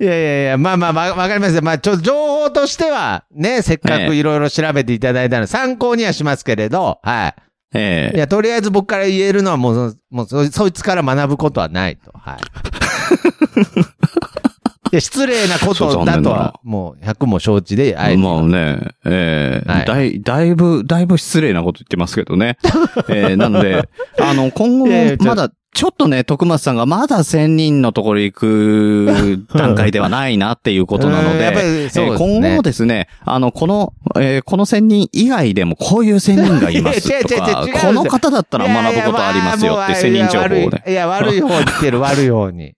[SPEAKER 2] いやいやいや、まあまあ、わわかりますよ。まあ、ちょ、情報としては、ね、せっか
[SPEAKER 1] え
[SPEAKER 2] く
[SPEAKER 1] え
[SPEAKER 2] いろいろ調べていただいたので、参考にはしますけれど、は
[SPEAKER 1] え
[SPEAKER 2] い。
[SPEAKER 1] え
[SPEAKER 2] いや、とりあえず僕から言えるのはもうその、もうそ、そいつから学ぶことはないと、 はい。いや失礼なこ
[SPEAKER 1] そう
[SPEAKER 2] と
[SPEAKER 1] 残
[SPEAKER 2] だ
[SPEAKER 1] 念
[SPEAKER 2] と
[SPEAKER 1] だな
[SPEAKER 2] は、もう、100も承知で、あえて
[SPEAKER 1] まあね、ええ
[SPEAKER 2] はい
[SPEAKER 1] だい、だいぶ、だいぶ失礼なこと言ってますけど ね。ええなので、あの、今後
[SPEAKER 2] いやいや
[SPEAKER 1] も
[SPEAKER 2] ちょ
[SPEAKER 1] まだ、ちょっとね、徳松さんがまだ1000人のところ行く段階ではないなっていうことなの
[SPEAKER 2] うん
[SPEAKER 1] で、
[SPEAKER 2] やっぱり そうですね
[SPEAKER 1] ええ今後もですね、あの、この、ええこの1000人以外でもこういう1000人がいます
[SPEAKER 2] いや違う
[SPEAKER 1] と
[SPEAKER 2] 違う違う違うん
[SPEAKER 1] か
[SPEAKER 2] です、
[SPEAKER 1] こ
[SPEAKER 2] よ
[SPEAKER 1] の方だったら学ぶことありますよって1000人情報をね。
[SPEAKER 2] いや、悪い方に来 てる、悪い方に。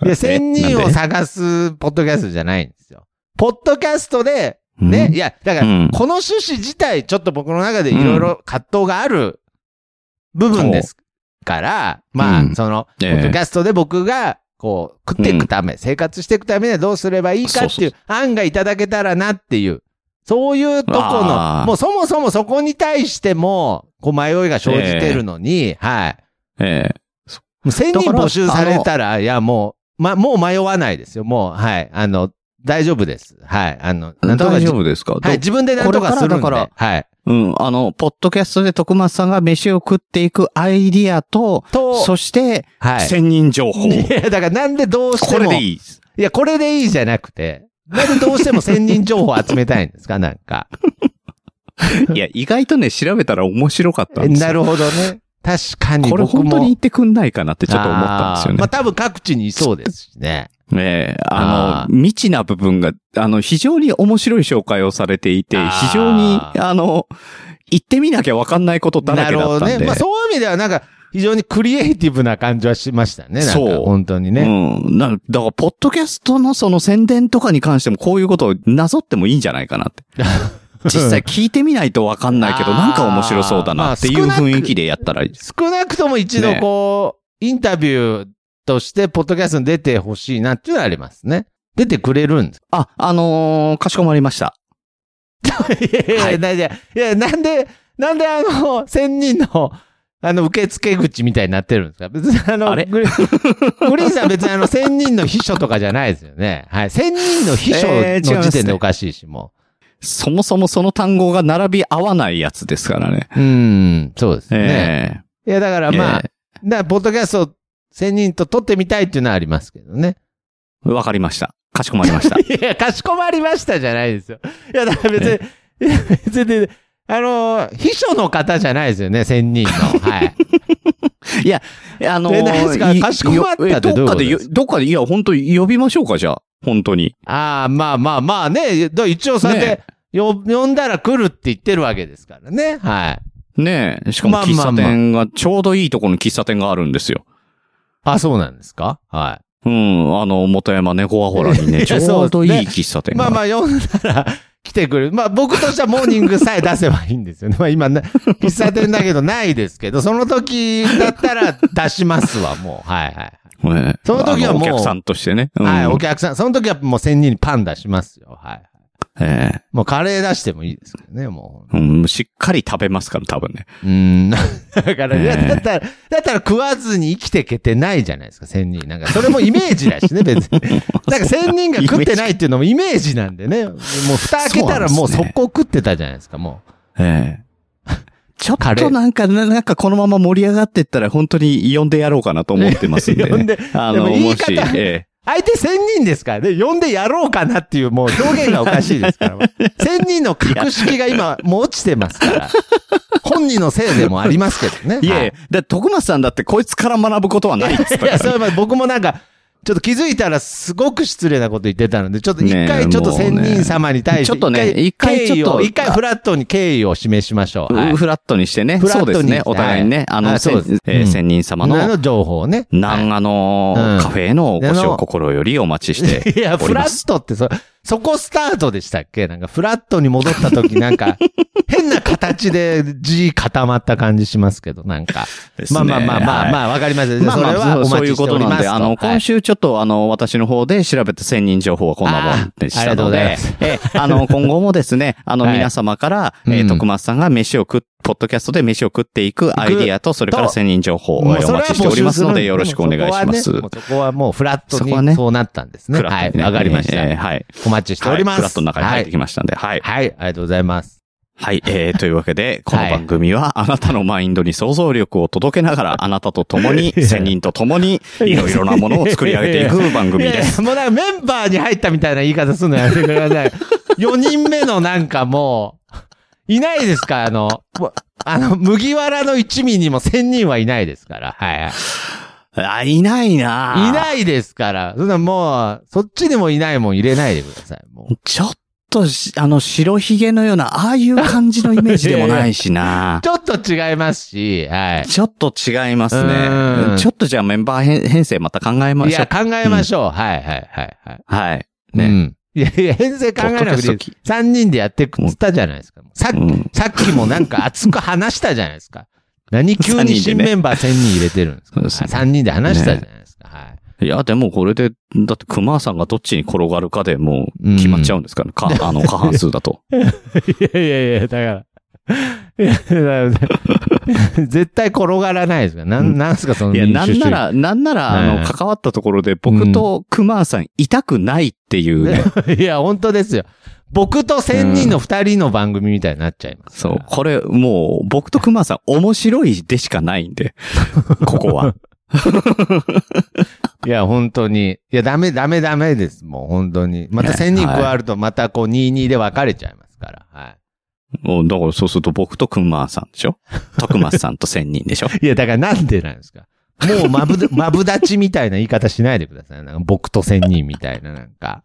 [SPEAKER 2] いや、千人
[SPEAKER 1] なん
[SPEAKER 2] を
[SPEAKER 1] で
[SPEAKER 2] 探す、ポッドキャストじゃないんですよ。ポッドキャストで、ね、
[SPEAKER 1] うん
[SPEAKER 2] いや、だか
[SPEAKER 1] う
[SPEAKER 2] ら
[SPEAKER 1] ん、
[SPEAKER 2] この趣旨自体、ちょっと僕の中でいろいろ葛藤がある部分ですから、ま
[SPEAKER 1] う
[SPEAKER 2] あ、
[SPEAKER 1] ん
[SPEAKER 2] その、ポ
[SPEAKER 1] ええ
[SPEAKER 2] ッドキャストで僕が、こう、食っていくため、生活していくためにはどうすればいいかって
[SPEAKER 1] そうそ
[SPEAKER 2] い
[SPEAKER 1] う
[SPEAKER 2] う案がいただけたらなっていう、そういうとこ
[SPEAKER 1] あ
[SPEAKER 2] の、
[SPEAKER 1] ー
[SPEAKER 2] もうそもそもそこに対しても、こう迷いが生じてるのに、はい。
[SPEAKER 1] ええ
[SPEAKER 2] もう1000
[SPEAKER 1] だか
[SPEAKER 2] 人
[SPEAKER 1] ら
[SPEAKER 2] 募集されたら、いや、もう、ま、もう迷わないですよ。もう、はい。あの、大丈夫です。はい。あの、なんとか
[SPEAKER 1] 大
[SPEAKER 2] じ
[SPEAKER 1] 丈夫ですか
[SPEAKER 2] はい、
[SPEAKER 1] ど
[SPEAKER 2] 自分でなんとかするんで。
[SPEAKER 1] これからだ
[SPEAKER 2] はい。
[SPEAKER 1] うん、あの、ポッドキャストで徳松さんが飯を食っていくアイディアと、
[SPEAKER 2] と
[SPEAKER 1] そして、
[SPEAKER 2] はい。
[SPEAKER 1] 千人情報。
[SPEAKER 2] い や、だからなんでどうして
[SPEAKER 1] こ
[SPEAKER 2] も。
[SPEAKER 1] れでいいです。
[SPEAKER 2] いや、これでいいじゃなくて、なんでどうしても千人情報集めたいんですかなん か。
[SPEAKER 1] いや、意外とね、調べたら面白かったんですよ。
[SPEAKER 2] なるほどね。確かに
[SPEAKER 1] これ
[SPEAKER 2] 僕も。
[SPEAKER 1] 本当に言ってくんないかなってちょっと思ったんですよ
[SPEAKER 2] あーま
[SPEAKER 1] ね
[SPEAKER 2] あ。多分各地にいそうですしね。
[SPEAKER 1] ねえ、あ
[SPEAKER 2] あー
[SPEAKER 1] の、未知な部分が、あの、非常に面白い紹介をされていて、
[SPEAKER 2] あー
[SPEAKER 1] 非常に、あの、行ってみなきゃわかんないことだら
[SPEAKER 2] な
[SPEAKER 1] け
[SPEAKER 2] る
[SPEAKER 1] だ
[SPEAKER 2] ほ
[SPEAKER 1] った
[SPEAKER 2] ど
[SPEAKER 1] んで。
[SPEAKER 2] ね。まあそういう意味ではなんか、非常にクリエイティブな感じはしましたね。なんか
[SPEAKER 1] そう
[SPEAKER 2] 本当にね。
[SPEAKER 1] うん。なだから、ポッドキャストのその宣伝とかに関しても、こういうことをなぞってもいいんじゃないかな って。実際聞いてみないとわかんないけど、
[SPEAKER 2] あー
[SPEAKER 1] なんか面白そうだなっていう
[SPEAKER 2] まあ少なく
[SPEAKER 1] 雰囲気でやったらいいです。
[SPEAKER 2] 少なくとも一度
[SPEAKER 1] ね
[SPEAKER 2] こう、インタビューとして、ポッドキャストに出てほしいなっていうのはありますね。出てくれるんです。
[SPEAKER 1] あ、あのーかしこまりました。
[SPEAKER 2] いやいや、い、やいや、なんで、なんであの、千人の、あの、受付口みたいになってるんですか別にあの、
[SPEAKER 1] あれ
[SPEAKER 2] グリグリーンさん別にあの、千人の秘書とかじゃないですよね。はい。千人の秘書
[SPEAKER 1] えー違い
[SPEAKER 2] の
[SPEAKER 1] ます
[SPEAKER 2] 時点でおかしいし、も
[SPEAKER 1] そもそもその単語が並び合わないやつですからね。
[SPEAKER 2] う。うん、そうですね。
[SPEAKER 1] え
[SPEAKER 2] いや、だから
[SPEAKER 1] え
[SPEAKER 2] まあ、
[SPEAKER 1] え
[SPEAKER 2] だからポッドキャスト千人と撮ってみたいっていうのはありますけどね。
[SPEAKER 1] えわかりました。かしこまりました。
[SPEAKER 2] いや、かしこまりましたじゃないですよ。いや、だから別に、いや別に、あの、秘書の方じゃないですよね、千人の。はい。
[SPEAKER 1] あの
[SPEAKER 2] え何ですか
[SPEAKER 1] い
[SPEAKER 2] かしこまったって
[SPEAKER 1] よえどっかで
[SPEAKER 2] どうい
[SPEAKER 1] よ
[SPEAKER 2] うことで、す
[SPEAKER 1] どっかで、いや、本当に呼びましょうか、じゃあ。本当に。
[SPEAKER 2] ああ、まあまあまあね。だ一応そうやって
[SPEAKER 1] ね、
[SPEAKER 2] よ呼んだら来るって言ってるわけですからね。はい。
[SPEAKER 1] ねえ。しかも
[SPEAKER 2] まあ
[SPEAKER 1] 喫
[SPEAKER 2] まあ
[SPEAKER 1] 茶店が、ちょうどいいところに喫茶店があるんですよ。
[SPEAKER 2] あ、そうなんですかは
[SPEAKER 1] うん、あの、元山猫アホラに
[SPEAKER 2] いや
[SPEAKER 1] ね、ちょうど いい喫茶
[SPEAKER 2] い。
[SPEAKER 1] 店が。
[SPEAKER 2] まあまあ、呼んだら来てくれる。まあ僕としてはモーニングさえ出せばいいんですよね。まあ今な、喫茶店だけどないですけど、その時だったら出しま すわ、もう。はいはい。
[SPEAKER 1] ねえ
[SPEAKER 2] その時はもう
[SPEAKER 1] あのお客さんとしてね。うん
[SPEAKER 2] はい、お客さん。その時はもう千人にパン出しますよ。はい。
[SPEAKER 1] え
[SPEAKER 2] もうカレー出してもいいですけどね、も
[SPEAKER 1] えうんしっかり食べますから、多分ね。
[SPEAKER 2] う。うーん。 だから、いや
[SPEAKER 1] ええ
[SPEAKER 2] だったら、だったら食わずに生きてけてないじゃないですか、千人。なんか、それもイメージだ しね、別に。なんか千人が食ってないっていうのもイメージなんでね。もう蓋開けた
[SPEAKER 1] そうなんで
[SPEAKER 2] らもう
[SPEAKER 1] すね
[SPEAKER 2] 速攻食ってたじゃないですか、もう。
[SPEAKER 1] ええ ちょ
[SPEAKER 2] カ
[SPEAKER 1] っ
[SPEAKER 2] レー
[SPEAKER 1] となんか、ななんかこのまま盛り上がってったら本当に呼んでやろうかなと思ってますん で、ね。
[SPEAKER 2] 呼んで
[SPEAKER 1] あ
[SPEAKER 2] でも
[SPEAKER 1] の、
[SPEAKER 2] 言い
[SPEAKER 1] もし
[SPEAKER 2] 方、
[SPEAKER 1] え
[SPEAKER 2] 相手千人ですからね、呼んでやろうかなっていうもう表現がおかしいで すから。千人の格式が今、もう落ちてますから。本人のせいでもありますけどね。
[SPEAKER 1] えい
[SPEAKER 2] は
[SPEAKER 1] えいえ、だって徳松さんだってこいつから学ぶことはないっつった
[SPEAKER 2] い
[SPEAKER 1] から
[SPEAKER 2] や、そういえば僕もなんか、ちょっと気づいたらすごく失礼なこと言ってたので、ちょっと一
[SPEAKER 1] ねえ
[SPEAKER 2] 回ちょっと千人様に対して、
[SPEAKER 1] もうねちょっとね
[SPEAKER 2] 一回
[SPEAKER 1] 一回ちょっと
[SPEAKER 2] 敬意を一回フラットに敬意を示しましょう。はい
[SPEAKER 1] フラットにしてね。
[SPEAKER 2] フラットに
[SPEAKER 1] そうですね。お互いにね。あの、
[SPEAKER 2] はい
[SPEAKER 1] せ
[SPEAKER 2] そうです
[SPEAKER 1] んえ
[SPEAKER 2] う
[SPEAKER 1] ー
[SPEAKER 2] ん
[SPEAKER 1] 仙人様
[SPEAKER 2] あ
[SPEAKER 1] の、
[SPEAKER 2] の情報をね。
[SPEAKER 1] なん、あの
[SPEAKER 2] うん
[SPEAKER 1] ー、カフェへのご視
[SPEAKER 2] あの
[SPEAKER 1] 聴心よりお待ちして
[SPEAKER 2] いや、
[SPEAKER 1] お
[SPEAKER 2] フ
[SPEAKER 1] り
[SPEAKER 2] ラ
[SPEAKER 1] ます。
[SPEAKER 2] ットってそ、そこスタートでしたっけなんか、フラットに戻った時な んか、変な形で G 固まった感じしますけど、なんか。
[SPEAKER 1] です
[SPEAKER 2] ま
[SPEAKER 1] ね
[SPEAKER 2] あまあまあま
[SPEAKER 1] は
[SPEAKER 2] あ
[SPEAKER 1] い
[SPEAKER 2] まあ、わかりました。
[SPEAKER 1] まあ
[SPEAKER 2] それ
[SPEAKER 1] まあ
[SPEAKER 2] は
[SPEAKER 1] そう
[SPEAKER 2] お
[SPEAKER 1] そう
[SPEAKER 2] 待
[SPEAKER 1] い
[SPEAKER 2] ち
[SPEAKER 1] う
[SPEAKER 2] し
[SPEAKER 1] こ
[SPEAKER 2] てお
[SPEAKER 1] と
[SPEAKER 2] り
[SPEAKER 1] な
[SPEAKER 2] ま
[SPEAKER 1] ん
[SPEAKER 2] す
[SPEAKER 1] で、
[SPEAKER 2] と。
[SPEAKER 1] あの、今週ちょっと、あの、私の方で調べた千人情報はこんなもんでし
[SPEAKER 2] あーありが
[SPEAKER 1] た
[SPEAKER 2] と
[SPEAKER 1] の
[SPEAKER 2] うございま、
[SPEAKER 1] ですえーあの、 今後もですね、あの、
[SPEAKER 2] はい
[SPEAKER 1] 皆様から、
[SPEAKER 2] うん
[SPEAKER 1] えー徳松さんが飯を食っ、ポッドキャストで飯を食っていくアイディアと、それから千人情報をお
[SPEAKER 2] もう
[SPEAKER 1] 待
[SPEAKER 2] それは
[SPEAKER 1] ちしておりますの
[SPEAKER 2] 募集
[SPEAKER 1] で、
[SPEAKER 2] る
[SPEAKER 1] よろしくお願いします。
[SPEAKER 2] もうそこはねもうそこはもうフラット
[SPEAKER 1] そこはね
[SPEAKER 2] にそうなったんですね。
[SPEAKER 1] フラ
[SPEAKER 2] は
[SPEAKER 1] ッ
[SPEAKER 2] い、
[SPEAKER 1] トにね
[SPEAKER 2] わかりまし
[SPEAKER 1] えー
[SPEAKER 2] た。
[SPEAKER 1] はい。
[SPEAKER 2] お待ちしております。
[SPEAKER 1] はいフラットの中に入ってきましたんで、はい。
[SPEAKER 2] はい、はいありがとうございます。
[SPEAKER 1] はい。えー、というわけで、この
[SPEAKER 2] はい
[SPEAKER 1] 番組は、あなたのマインドに想像力を届けなが ら、あなたと共に、仙人と共に、いろいろなものを作り上げていく番組
[SPEAKER 2] いや
[SPEAKER 1] で
[SPEAKER 2] い
[SPEAKER 1] す。
[SPEAKER 2] やもうなんかメンバーに入ったみたいな言い方するのやめてく ださい。4人目のなんかもう、いないですから、あの、もうあの、麦わらの一味にも1000人はいないですから、はい。
[SPEAKER 1] あ、いないないい
[SPEAKER 2] ないですから、そんなもう、そっちにもいないもん入れないでください、 もう。
[SPEAKER 1] ちょっとし、あの、白ひげのような、ああいう感じのイメージでもないし な
[SPEAKER 2] ちょっと違いますし、はい。
[SPEAKER 1] ちょっと違います
[SPEAKER 2] うん
[SPEAKER 1] ね。ちょっとじゃあメンバー編編成また考えま
[SPEAKER 2] い
[SPEAKER 1] しょ
[SPEAKER 2] や、
[SPEAKER 1] う。
[SPEAKER 2] 考えましょう。はいはいはいはい。
[SPEAKER 1] はい。
[SPEAKER 2] ね。
[SPEAKER 1] ね
[SPEAKER 2] いやいや、編成考
[SPEAKER 1] ポ
[SPEAKER 2] えなくていい
[SPEAKER 1] ッドキャスト聞い
[SPEAKER 2] 3人でやっていくっつったじゃないですか。さっき、
[SPEAKER 1] うん
[SPEAKER 2] さっきもなんか熱く話したじゃないですか。何急に新メンバー1000人入れてるんですか、
[SPEAKER 1] そうですね
[SPEAKER 2] 3人で話したじゃないですか。はい。
[SPEAKER 1] いや、でもこれで、だって熊さんがどっちに転がるかで もう決まっちゃうんですから、か、あの、過半数だと。
[SPEAKER 2] いやいやいや、だから。いやだから 絶対転がらないですから。なん、なんすか、その
[SPEAKER 1] いや、
[SPEAKER 2] 民
[SPEAKER 1] な
[SPEAKER 2] 主主
[SPEAKER 1] ん
[SPEAKER 2] 義。
[SPEAKER 1] なら、なんなら、あ
[SPEAKER 2] は
[SPEAKER 1] の、
[SPEAKER 2] い
[SPEAKER 1] 関わったところで、僕と熊さん痛くないっていうね。
[SPEAKER 2] いや、本当ですよ。僕と千人の二人の番組みたいになっちゃいます
[SPEAKER 1] そ
[SPEAKER 2] から。
[SPEAKER 1] う、これ、もう、僕と熊さん、面白いでしかないんで、ここは。
[SPEAKER 2] いや、本当に。いや、ダメ、ダメ、ダメです。もう、本当に。また千人加わると、またこう、22で分かれちゃいますから。は
[SPEAKER 1] もう、だからそうすると僕と熊さんでしょ徳松さんと千人でしょ
[SPEAKER 2] い。いや、だからなんでなんですか。もう、ま ぶだ、まぶだちみたいな言い方しないでください。なんか、僕と千人みたいな、なんか。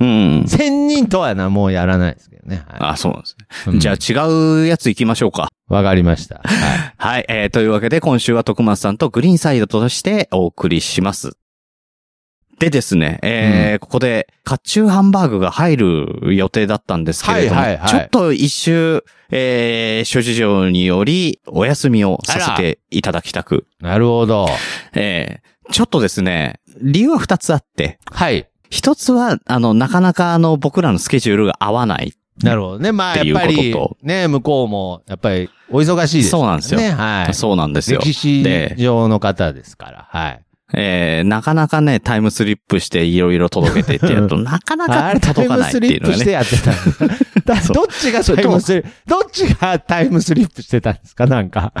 [SPEAKER 1] うん。
[SPEAKER 2] 千人とはな、もうやらないですけどね。は
[SPEAKER 1] あ、そうなんですね。
[SPEAKER 2] いうん
[SPEAKER 1] じゃあ違うやつ行きましょうか。
[SPEAKER 2] わかりました。はい。
[SPEAKER 1] はい。えー、というわけで今週は徳松さんとグリーンサイドとしてお送りします。でですね、えーここで、甲冑ハンバーグが入る予定だったんですけれども、
[SPEAKER 2] はいはいはい
[SPEAKER 1] ちょっと一周、えー諸事情によりお休みをさせていただきたく、
[SPEAKER 2] なるほど。
[SPEAKER 1] えーちょっとですね、理由は二つあって、
[SPEAKER 2] はい。
[SPEAKER 1] 一つは、あの、なかなかあの、僕らのスケジュールが合わない。
[SPEAKER 2] なるほどね。まあ、
[SPEAKER 1] っ
[SPEAKER 2] や
[SPEAKER 1] てい
[SPEAKER 2] っ
[SPEAKER 1] うこ
[SPEAKER 2] ぱ
[SPEAKER 1] とと
[SPEAKER 2] り、ね、向こうも、やっぱり、お忙しいですか
[SPEAKER 1] そ
[SPEAKER 2] らね。
[SPEAKER 1] うなんですよ
[SPEAKER 2] はい。
[SPEAKER 1] そうなんですよ。
[SPEAKER 2] 歴史
[SPEAKER 1] で
[SPEAKER 2] 上の方ですから、はい。
[SPEAKER 1] えー、なかなかね、タイムスリップしていろいろ届けてってやると、なかな
[SPEAKER 2] あ
[SPEAKER 1] か
[SPEAKER 2] れ、タ
[SPEAKER 1] 届
[SPEAKER 2] イ
[SPEAKER 1] か
[SPEAKER 2] ム
[SPEAKER 1] ないっ
[SPEAKER 2] ス
[SPEAKER 1] てい
[SPEAKER 2] リ
[SPEAKER 1] うの
[SPEAKER 2] ップ
[SPEAKER 1] が
[SPEAKER 2] して
[SPEAKER 1] ね。
[SPEAKER 2] やってたんだだ
[SPEAKER 1] そう
[SPEAKER 2] どっちがタイムスリップ、どっちがタイムスリップしてたんですかなんか。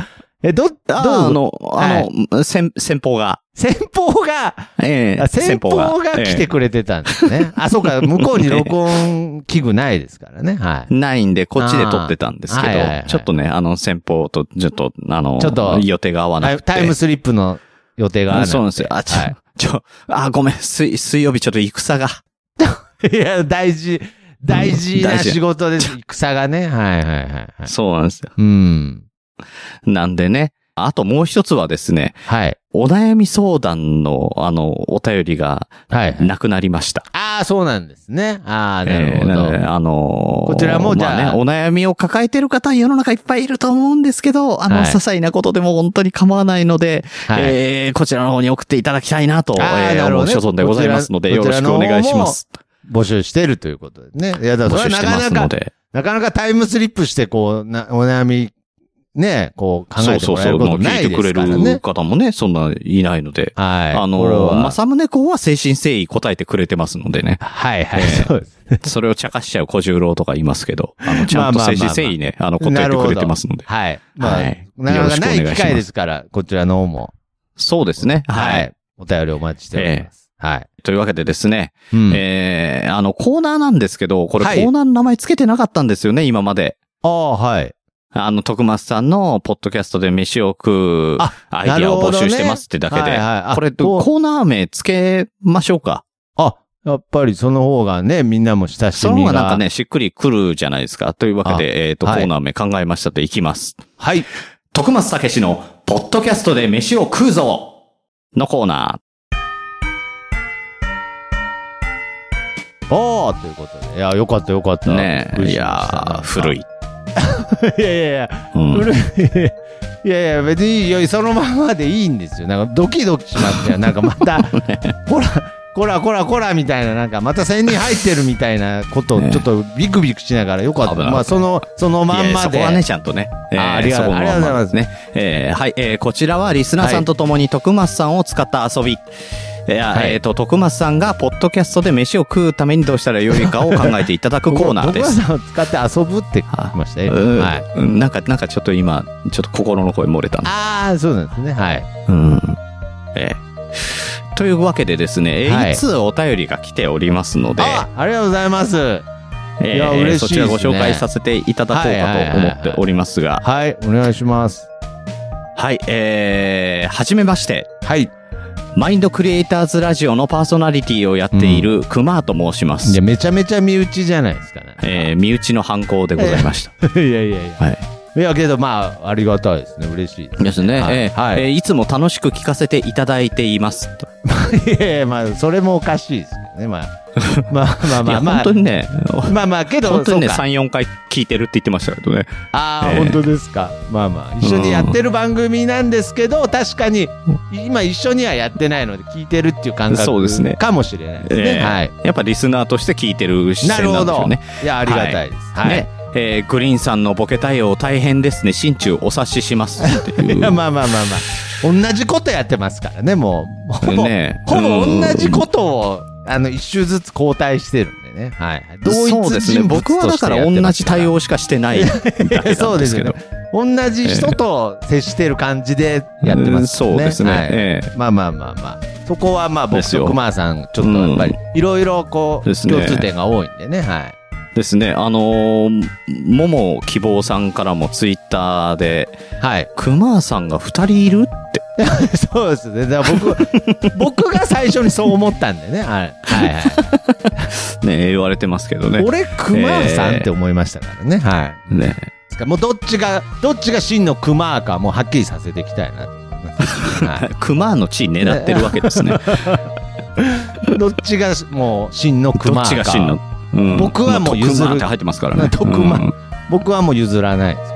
[SPEAKER 2] え、ど、どう
[SPEAKER 1] あーあの、あの、先、先方が。
[SPEAKER 2] 先方が、
[SPEAKER 1] えー
[SPEAKER 2] あ先方が来て
[SPEAKER 1] え
[SPEAKER 2] くれてたんですね。あ、そうか、向こうに録音器具ないですからね。はい
[SPEAKER 1] ー。ないんで、こっちで撮ってたんですけど、
[SPEAKER 2] あーはいはいはい
[SPEAKER 1] ちょっとね、あの、先方と、ちょっと、あの、
[SPEAKER 2] ちょっと
[SPEAKER 1] 予定が合わな
[SPEAKER 2] タ
[SPEAKER 1] く
[SPEAKER 2] イ
[SPEAKER 1] て。
[SPEAKER 2] タイムスリップの予定がある
[SPEAKER 1] あそうなんですよ。あ、ちょ、ちょ、あー、ごめん、水、水曜日ちょっと戦が。
[SPEAKER 2] いや、大事、大事
[SPEAKER 1] うん
[SPEAKER 2] な
[SPEAKER 1] 大事
[SPEAKER 2] 仕事です。戦がね。はいはいはいはい。
[SPEAKER 1] そうなんですよ。
[SPEAKER 2] うん。
[SPEAKER 1] なんでね。あともう一つはですね、
[SPEAKER 2] はい。
[SPEAKER 1] お悩み相談の、あの、お便りが
[SPEAKER 2] はいはい。
[SPEAKER 1] なくなりました。
[SPEAKER 2] ああ、そうなんですね。ああ、なる
[SPEAKER 1] えー
[SPEAKER 2] ほ
[SPEAKER 1] な
[SPEAKER 2] ど。
[SPEAKER 1] のであのー
[SPEAKER 2] こちらもじゃ
[SPEAKER 1] ま
[SPEAKER 2] あ
[SPEAKER 1] ね、お悩みを抱えてる方、世の中いっぱいいると思うんですけど、あの、
[SPEAKER 2] はい
[SPEAKER 1] 些細なことでも本当に構わないので、
[SPEAKER 2] はい
[SPEAKER 1] えーこちらの方に送っていただきたいなと、え
[SPEAKER 2] あー
[SPEAKER 1] ー
[SPEAKER 2] なる
[SPEAKER 1] 思う
[SPEAKER 2] ほどね
[SPEAKER 1] 所存でございますので、よ
[SPEAKER 2] こち
[SPEAKER 1] ろ
[SPEAKER 2] ら
[SPEAKER 1] しくお願いします。
[SPEAKER 2] 募集してるということですね。いや、だ
[SPEAKER 1] 募
[SPEAKER 2] からそ
[SPEAKER 1] 集し
[SPEAKER 2] れ
[SPEAKER 1] て
[SPEAKER 2] はなか
[SPEAKER 1] ま
[SPEAKER 2] な
[SPEAKER 1] す
[SPEAKER 2] か
[SPEAKER 1] の、で。
[SPEAKER 2] なかなかタイムスリップして、こう、な、お悩み、ね、こう、考
[SPEAKER 1] そ
[SPEAKER 2] え
[SPEAKER 1] う
[SPEAKER 2] て
[SPEAKER 1] そ
[SPEAKER 2] も
[SPEAKER 1] う
[SPEAKER 2] らえ
[SPEAKER 1] そう。
[SPEAKER 2] ることな
[SPEAKER 1] 聞
[SPEAKER 2] い
[SPEAKER 1] いて
[SPEAKER 2] で
[SPEAKER 1] くれ
[SPEAKER 2] すから
[SPEAKER 1] る
[SPEAKER 2] ね。
[SPEAKER 1] 方もね、そんないないので。
[SPEAKER 2] はい。
[SPEAKER 1] あ
[SPEAKER 2] これ
[SPEAKER 1] の、
[SPEAKER 2] は
[SPEAKER 1] 正宗君は精神誠意答えてくれてますので ね。
[SPEAKER 2] はいはい。そうです。
[SPEAKER 1] それを茶化しちゃう小十郎とか言いますけど、あの、ちゃんと
[SPEAKER 2] まあまあまあまあ
[SPEAKER 1] 精神誠意ね、あの、答えてくれてますので。
[SPEAKER 2] はい。ま
[SPEAKER 1] は
[SPEAKER 2] あ
[SPEAKER 1] い、
[SPEAKER 2] なかな
[SPEAKER 1] よろ
[SPEAKER 2] かない
[SPEAKER 1] しくお願いしま
[SPEAKER 2] 機
[SPEAKER 1] す
[SPEAKER 2] 会ですから、こちらの方も。
[SPEAKER 1] そうですね。は
[SPEAKER 2] はいい。。お便りお待ちしております。はい。
[SPEAKER 1] というわけでですね、
[SPEAKER 2] うん
[SPEAKER 1] ええあの、コーナーなんですけど、これコ
[SPEAKER 2] はい
[SPEAKER 1] ーナーの名前つけてなかったんですよね、今まで。
[SPEAKER 2] ああ、はい。
[SPEAKER 1] あの、徳松さんの、ポッドキャストで飯を食う、
[SPEAKER 2] あ
[SPEAKER 1] アイディアを募集してますってだけで。
[SPEAKER 2] なるほどねはいはいあ
[SPEAKER 1] これ、
[SPEAKER 2] こう
[SPEAKER 1] コーナー名つけましょうか。
[SPEAKER 2] あ、やっぱりその方がね、みんなも親し
[SPEAKER 1] その
[SPEAKER 2] み
[SPEAKER 1] 方
[SPEAKER 2] が。
[SPEAKER 1] がなんかね、しっくりくるじゃないですか。というわけで、えっ、と、
[SPEAKER 2] はい
[SPEAKER 1] コーナー名考えましたといきます。
[SPEAKER 2] はい。
[SPEAKER 1] 徳松たけしの、ポッドキャストで飯を食うぞのコーナ
[SPEAKER 2] おーということで。いや、よかったよか
[SPEAKER 1] ー。
[SPEAKER 2] った。
[SPEAKER 1] ねえ。いやー、古
[SPEAKER 2] い。
[SPEAKER 1] い。
[SPEAKER 2] いやいやいや、
[SPEAKER 1] うん。
[SPEAKER 2] 古い。 いやいや、別にいや、そのままでいいんですよ。なんかドキドキします よ。なんかまた、ほら、こらこらこらみたいな、なんかまた1000人入ってるみたいなことを
[SPEAKER 1] ね
[SPEAKER 2] ちょっとビクビクしながらよかった。
[SPEAKER 1] 危なかった
[SPEAKER 2] まあ、その、そのまん
[SPEAKER 1] いや
[SPEAKER 2] ま
[SPEAKER 1] そこ
[SPEAKER 2] で。
[SPEAKER 1] はね、ちゃんとね。えー
[SPEAKER 2] ありがとう
[SPEAKER 1] そこのまんま
[SPEAKER 2] ありがとうござ
[SPEAKER 1] ね。えーはい、えーこちらはリスナーさんと共に徳松さんを使った遊び。いや
[SPEAKER 2] はい
[SPEAKER 1] えっ、と、徳松さんがポッドキャストで飯を食うためにどうしたらよいかを考えていただくコーナーです。
[SPEAKER 2] 僕は僕は使って遊ぶって聞きましたね。
[SPEAKER 1] うん
[SPEAKER 2] はい。
[SPEAKER 1] うんなんか、なんかちょっと今、ちょっと心の声漏れたな
[SPEAKER 2] ああ、そうなんですね。はい。
[SPEAKER 1] うん。えーというわけでですね、えー
[SPEAKER 2] はい
[SPEAKER 1] いつお便りが来ておりますので、
[SPEAKER 2] あありがとうございます。
[SPEAKER 1] え
[SPEAKER 2] いや嬉しいですね
[SPEAKER 1] そちらご紹介させていただこうかと思っておりますが、
[SPEAKER 2] はい、お願いします。
[SPEAKER 1] はい、えー、はじめまして、
[SPEAKER 2] はい。
[SPEAKER 1] マインドクリエイターズラジオのパーソナリティをやっているクマーと申しま
[SPEAKER 2] い
[SPEAKER 1] す。
[SPEAKER 2] や、めちゃめちゃ身内じゃないですかね。
[SPEAKER 1] えー身内の犯行でご ざいました。
[SPEAKER 2] いやいやいや。
[SPEAKER 1] はい。
[SPEAKER 2] いや、けど、まあ、ありがたいですね。嬉しいです。
[SPEAKER 1] ですね。
[SPEAKER 2] はい
[SPEAKER 1] えー
[SPEAKER 2] はい
[SPEAKER 1] えーいつも楽しく聞かせていただいています。
[SPEAKER 2] いやい や、まあ、それもおかしいですけどね。まあ、まあまあ
[SPEAKER 1] い
[SPEAKER 2] ま
[SPEAKER 1] や、
[SPEAKER 2] あま
[SPEAKER 1] 本
[SPEAKER 2] あ
[SPEAKER 1] 当、にね、
[SPEAKER 2] まあまあ、けど、
[SPEAKER 1] 本当にね、
[SPEAKER 2] そうか
[SPEAKER 1] 3、4回聞いてるって言ってましたけどね。
[SPEAKER 2] ああ、
[SPEAKER 1] ええ
[SPEAKER 2] 本当ですか。まあまあ、一緒にやってる番組なんですけど、確かに、今一緒にはやってないので、聞いてるっていう感覚
[SPEAKER 1] そうですね
[SPEAKER 2] かもしれないですね。
[SPEAKER 1] えー
[SPEAKER 2] はい。
[SPEAKER 1] やっぱリスナーとして聞いてる視
[SPEAKER 2] なる
[SPEAKER 1] 線な
[SPEAKER 2] ほ
[SPEAKER 1] んでしょ
[SPEAKER 2] ど
[SPEAKER 1] うね。。
[SPEAKER 2] いや、ありがたいです。はい。
[SPEAKER 1] ねえーグリーンさんのボケ対応大変ですね。心中お察しします。っていう。
[SPEAKER 2] いや、 まあまあまあまあ。同じことやってますからね、もう。ほぼ、
[SPEAKER 1] ね
[SPEAKER 2] ほぼ同じことを、あの、一周ずつ交代してるんでね。はい。同一
[SPEAKER 1] そ
[SPEAKER 2] 人
[SPEAKER 1] う
[SPEAKER 2] 物
[SPEAKER 1] で
[SPEAKER 2] と
[SPEAKER 1] すね。僕はだから同じ対
[SPEAKER 2] 応
[SPEAKER 1] 応しかしてないだけ
[SPEAKER 2] そ
[SPEAKER 1] なん
[SPEAKER 2] う
[SPEAKER 1] で
[SPEAKER 2] ですす
[SPEAKER 1] け
[SPEAKER 2] よ
[SPEAKER 1] ど
[SPEAKER 2] ね。。同じ人と接してる感じでやって
[SPEAKER 1] う
[SPEAKER 2] ますからね。
[SPEAKER 1] んそうですね
[SPEAKER 2] はい
[SPEAKER 1] ええ
[SPEAKER 2] まあまあまあまあ。そこはまあ僕
[SPEAKER 1] ですよ
[SPEAKER 2] と熊さん、ちょっとやっぱり、いろいろこう、
[SPEAKER 1] で
[SPEAKER 2] 共
[SPEAKER 1] すね
[SPEAKER 2] 通点が多いんでね。はい。
[SPEAKER 1] ですね。あのー、もも希望さんからもツイッターで、
[SPEAKER 2] はい。
[SPEAKER 1] クマさんが二人いるって。
[SPEAKER 2] そうですね。だから僕、僕が最初にそう思ったんでね。はい。はいはい。
[SPEAKER 1] ね、言われてますけどね。
[SPEAKER 2] 俺、クマさんって思いましたからね。はい。
[SPEAKER 1] ね。
[SPEAKER 2] ですからもうどっちが、どっちが真のクマか、もうはっきりさせていきたいなと思います。は
[SPEAKER 1] クマの地位狙ってるわけです ね。
[SPEAKER 2] い、どっちがもう真のク
[SPEAKER 1] ど
[SPEAKER 2] マ
[SPEAKER 1] っ
[SPEAKER 2] か。
[SPEAKER 1] ちが真の。うん
[SPEAKER 2] 僕はもう譲る
[SPEAKER 1] まあ徳馬って入ってますからね。
[SPEAKER 2] 徳馬
[SPEAKER 1] うん
[SPEAKER 2] 僕はもう譲らないですよ。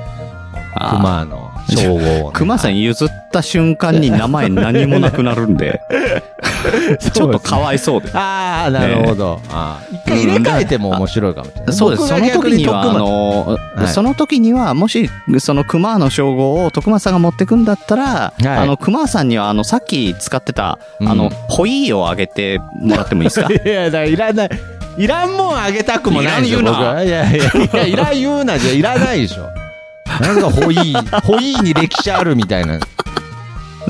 [SPEAKER 1] あー
[SPEAKER 2] クマの称号を、ね。
[SPEAKER 1] 熊さ
[SPEAKER 2] ん、
[SPEAKER 1] ん譲った瞬間に名前何もなくなるん で、 ちょっとか
[SPEAKER 2] い
[SPEAKER 1] わいそうで。
[SPEAKER 2] ああ、なるほど。あー一回入れ替えても面白いかもしれない。
[SPEAKER 1] そうです。
[SPEAKER 2] 僕
[SPEAKER 1] そ
[SPEAKER 2] が
[SPEAKER 1] の時には、あ
[SPEAKER 2] 逆徳馬
[SPEAKER 1] の、
[SPEAKER 2] はい
[SPEAKER 1] その時には、もし、その熊の称号を徳間さんが持ってくんだったら、
[SPEAKER 2] い
[SPEAKER 1] あの、熊さんには、あの、さっき使ってた、あ
[SPEAKER 2] う
[SPEAKER 1] の
[SPEAKER 2] ん、
[SPEAKER 1] ホイーをあげてもらってもいいですか
[SPEAKER 2] いや、だからいらない。いらんもんあげたくもないですよ
[SPEAKER 1] いらん言うな
[SPEAKER 2] 僕はいやいやいや、いらん言うなじゃいらないでしょ。なんかホイ ー、ホイーに歴史あるみたいな。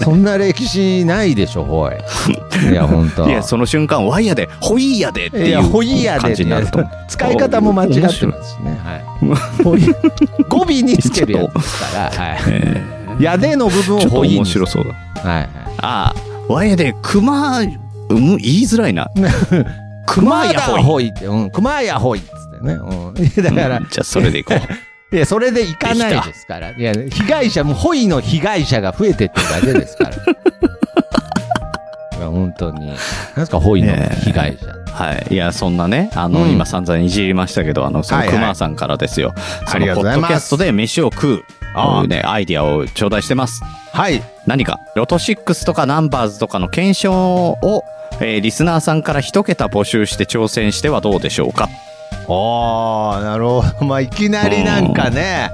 [SPEAKER 2] そんな歴史ないでしょ、ホイ。いや、ほんと。
[SPEAKER 1] いや、その瞬間、ワイヤで、ホイーやでって
[SPEAKER 2] い
[SPEAKER 1] い
[SPEAKER 2] やホイーや
[SPEAKER 1] う
[SPEAKER 2] で
[SPEAKER 1] 感じになると思う。
[SPEAKER 2] 使い方も間違ってますしね。はい。ホイー語尾につけるやつですから、はい。
[SPEAKER 1] え
[SPEAKER 2] やでの部分を
[SPEAKER 1] ーちょっと
[SPEAKER 2] ホイー
[SPEAKER 1] 面
[SPEAKER 2] にする。
[SPEAKER 1] 白そうだ。
[SPEAKER 2] はいはい。
[SPEAKER 1] ああ、ワイヤで、熊、うん、言いづらい な。熊
[SPEAKER 2] 熊
[SPEAKER 1] や
[SPEAKER 2] や
[SPEAKER 1] ホイー
[SPEAKER 2] ホイって、うん、熊やホイっつってね。うん。 だから
[SPEAKER 1] うん、じゃあそれでいこう。
[SPEAKER 2] いや、それで行かないですから。いや、被害者、もう、ホイの被害者が増えてってるだけです から。いや、本当に。なんですか、ホイの被害者。
[SPEAKER 1] はい。いや、そんなね、あの、
[SPEAKER 2] うん
[SPEAKER 1] 今散々いじりましたけど、あの、その
[SPEAKER 2] はいはい
[SPEAKER 1] 熊さんからですよ。そ
[SPEAKER 2] あり
[SPEAKER 1] の
[SPEAKER 2] が
[SPEAKER 1] ポ
[SPEAKER 2] とうご
[SPEAKER 1] ッ
[SPEAKER 2] ざい
[SPEAKER 1] ド
[SPEAKER 2] ます
[SPEAKER 1] キャストで飯を食う、
[SPEAKER 2] ああ
[SPEAKER 1] ね、アイディアを頂戴してます。
[SPEAKER 2] はい。
[SPEAKER 1] 何か、ロト6とかナンバーズとかの検証を、えーリスナーさんから一桁募集して挑戦してはどうでしょうか。
[SPEAKER 2] ああ、なるほど。まあ、いきなりなんかね、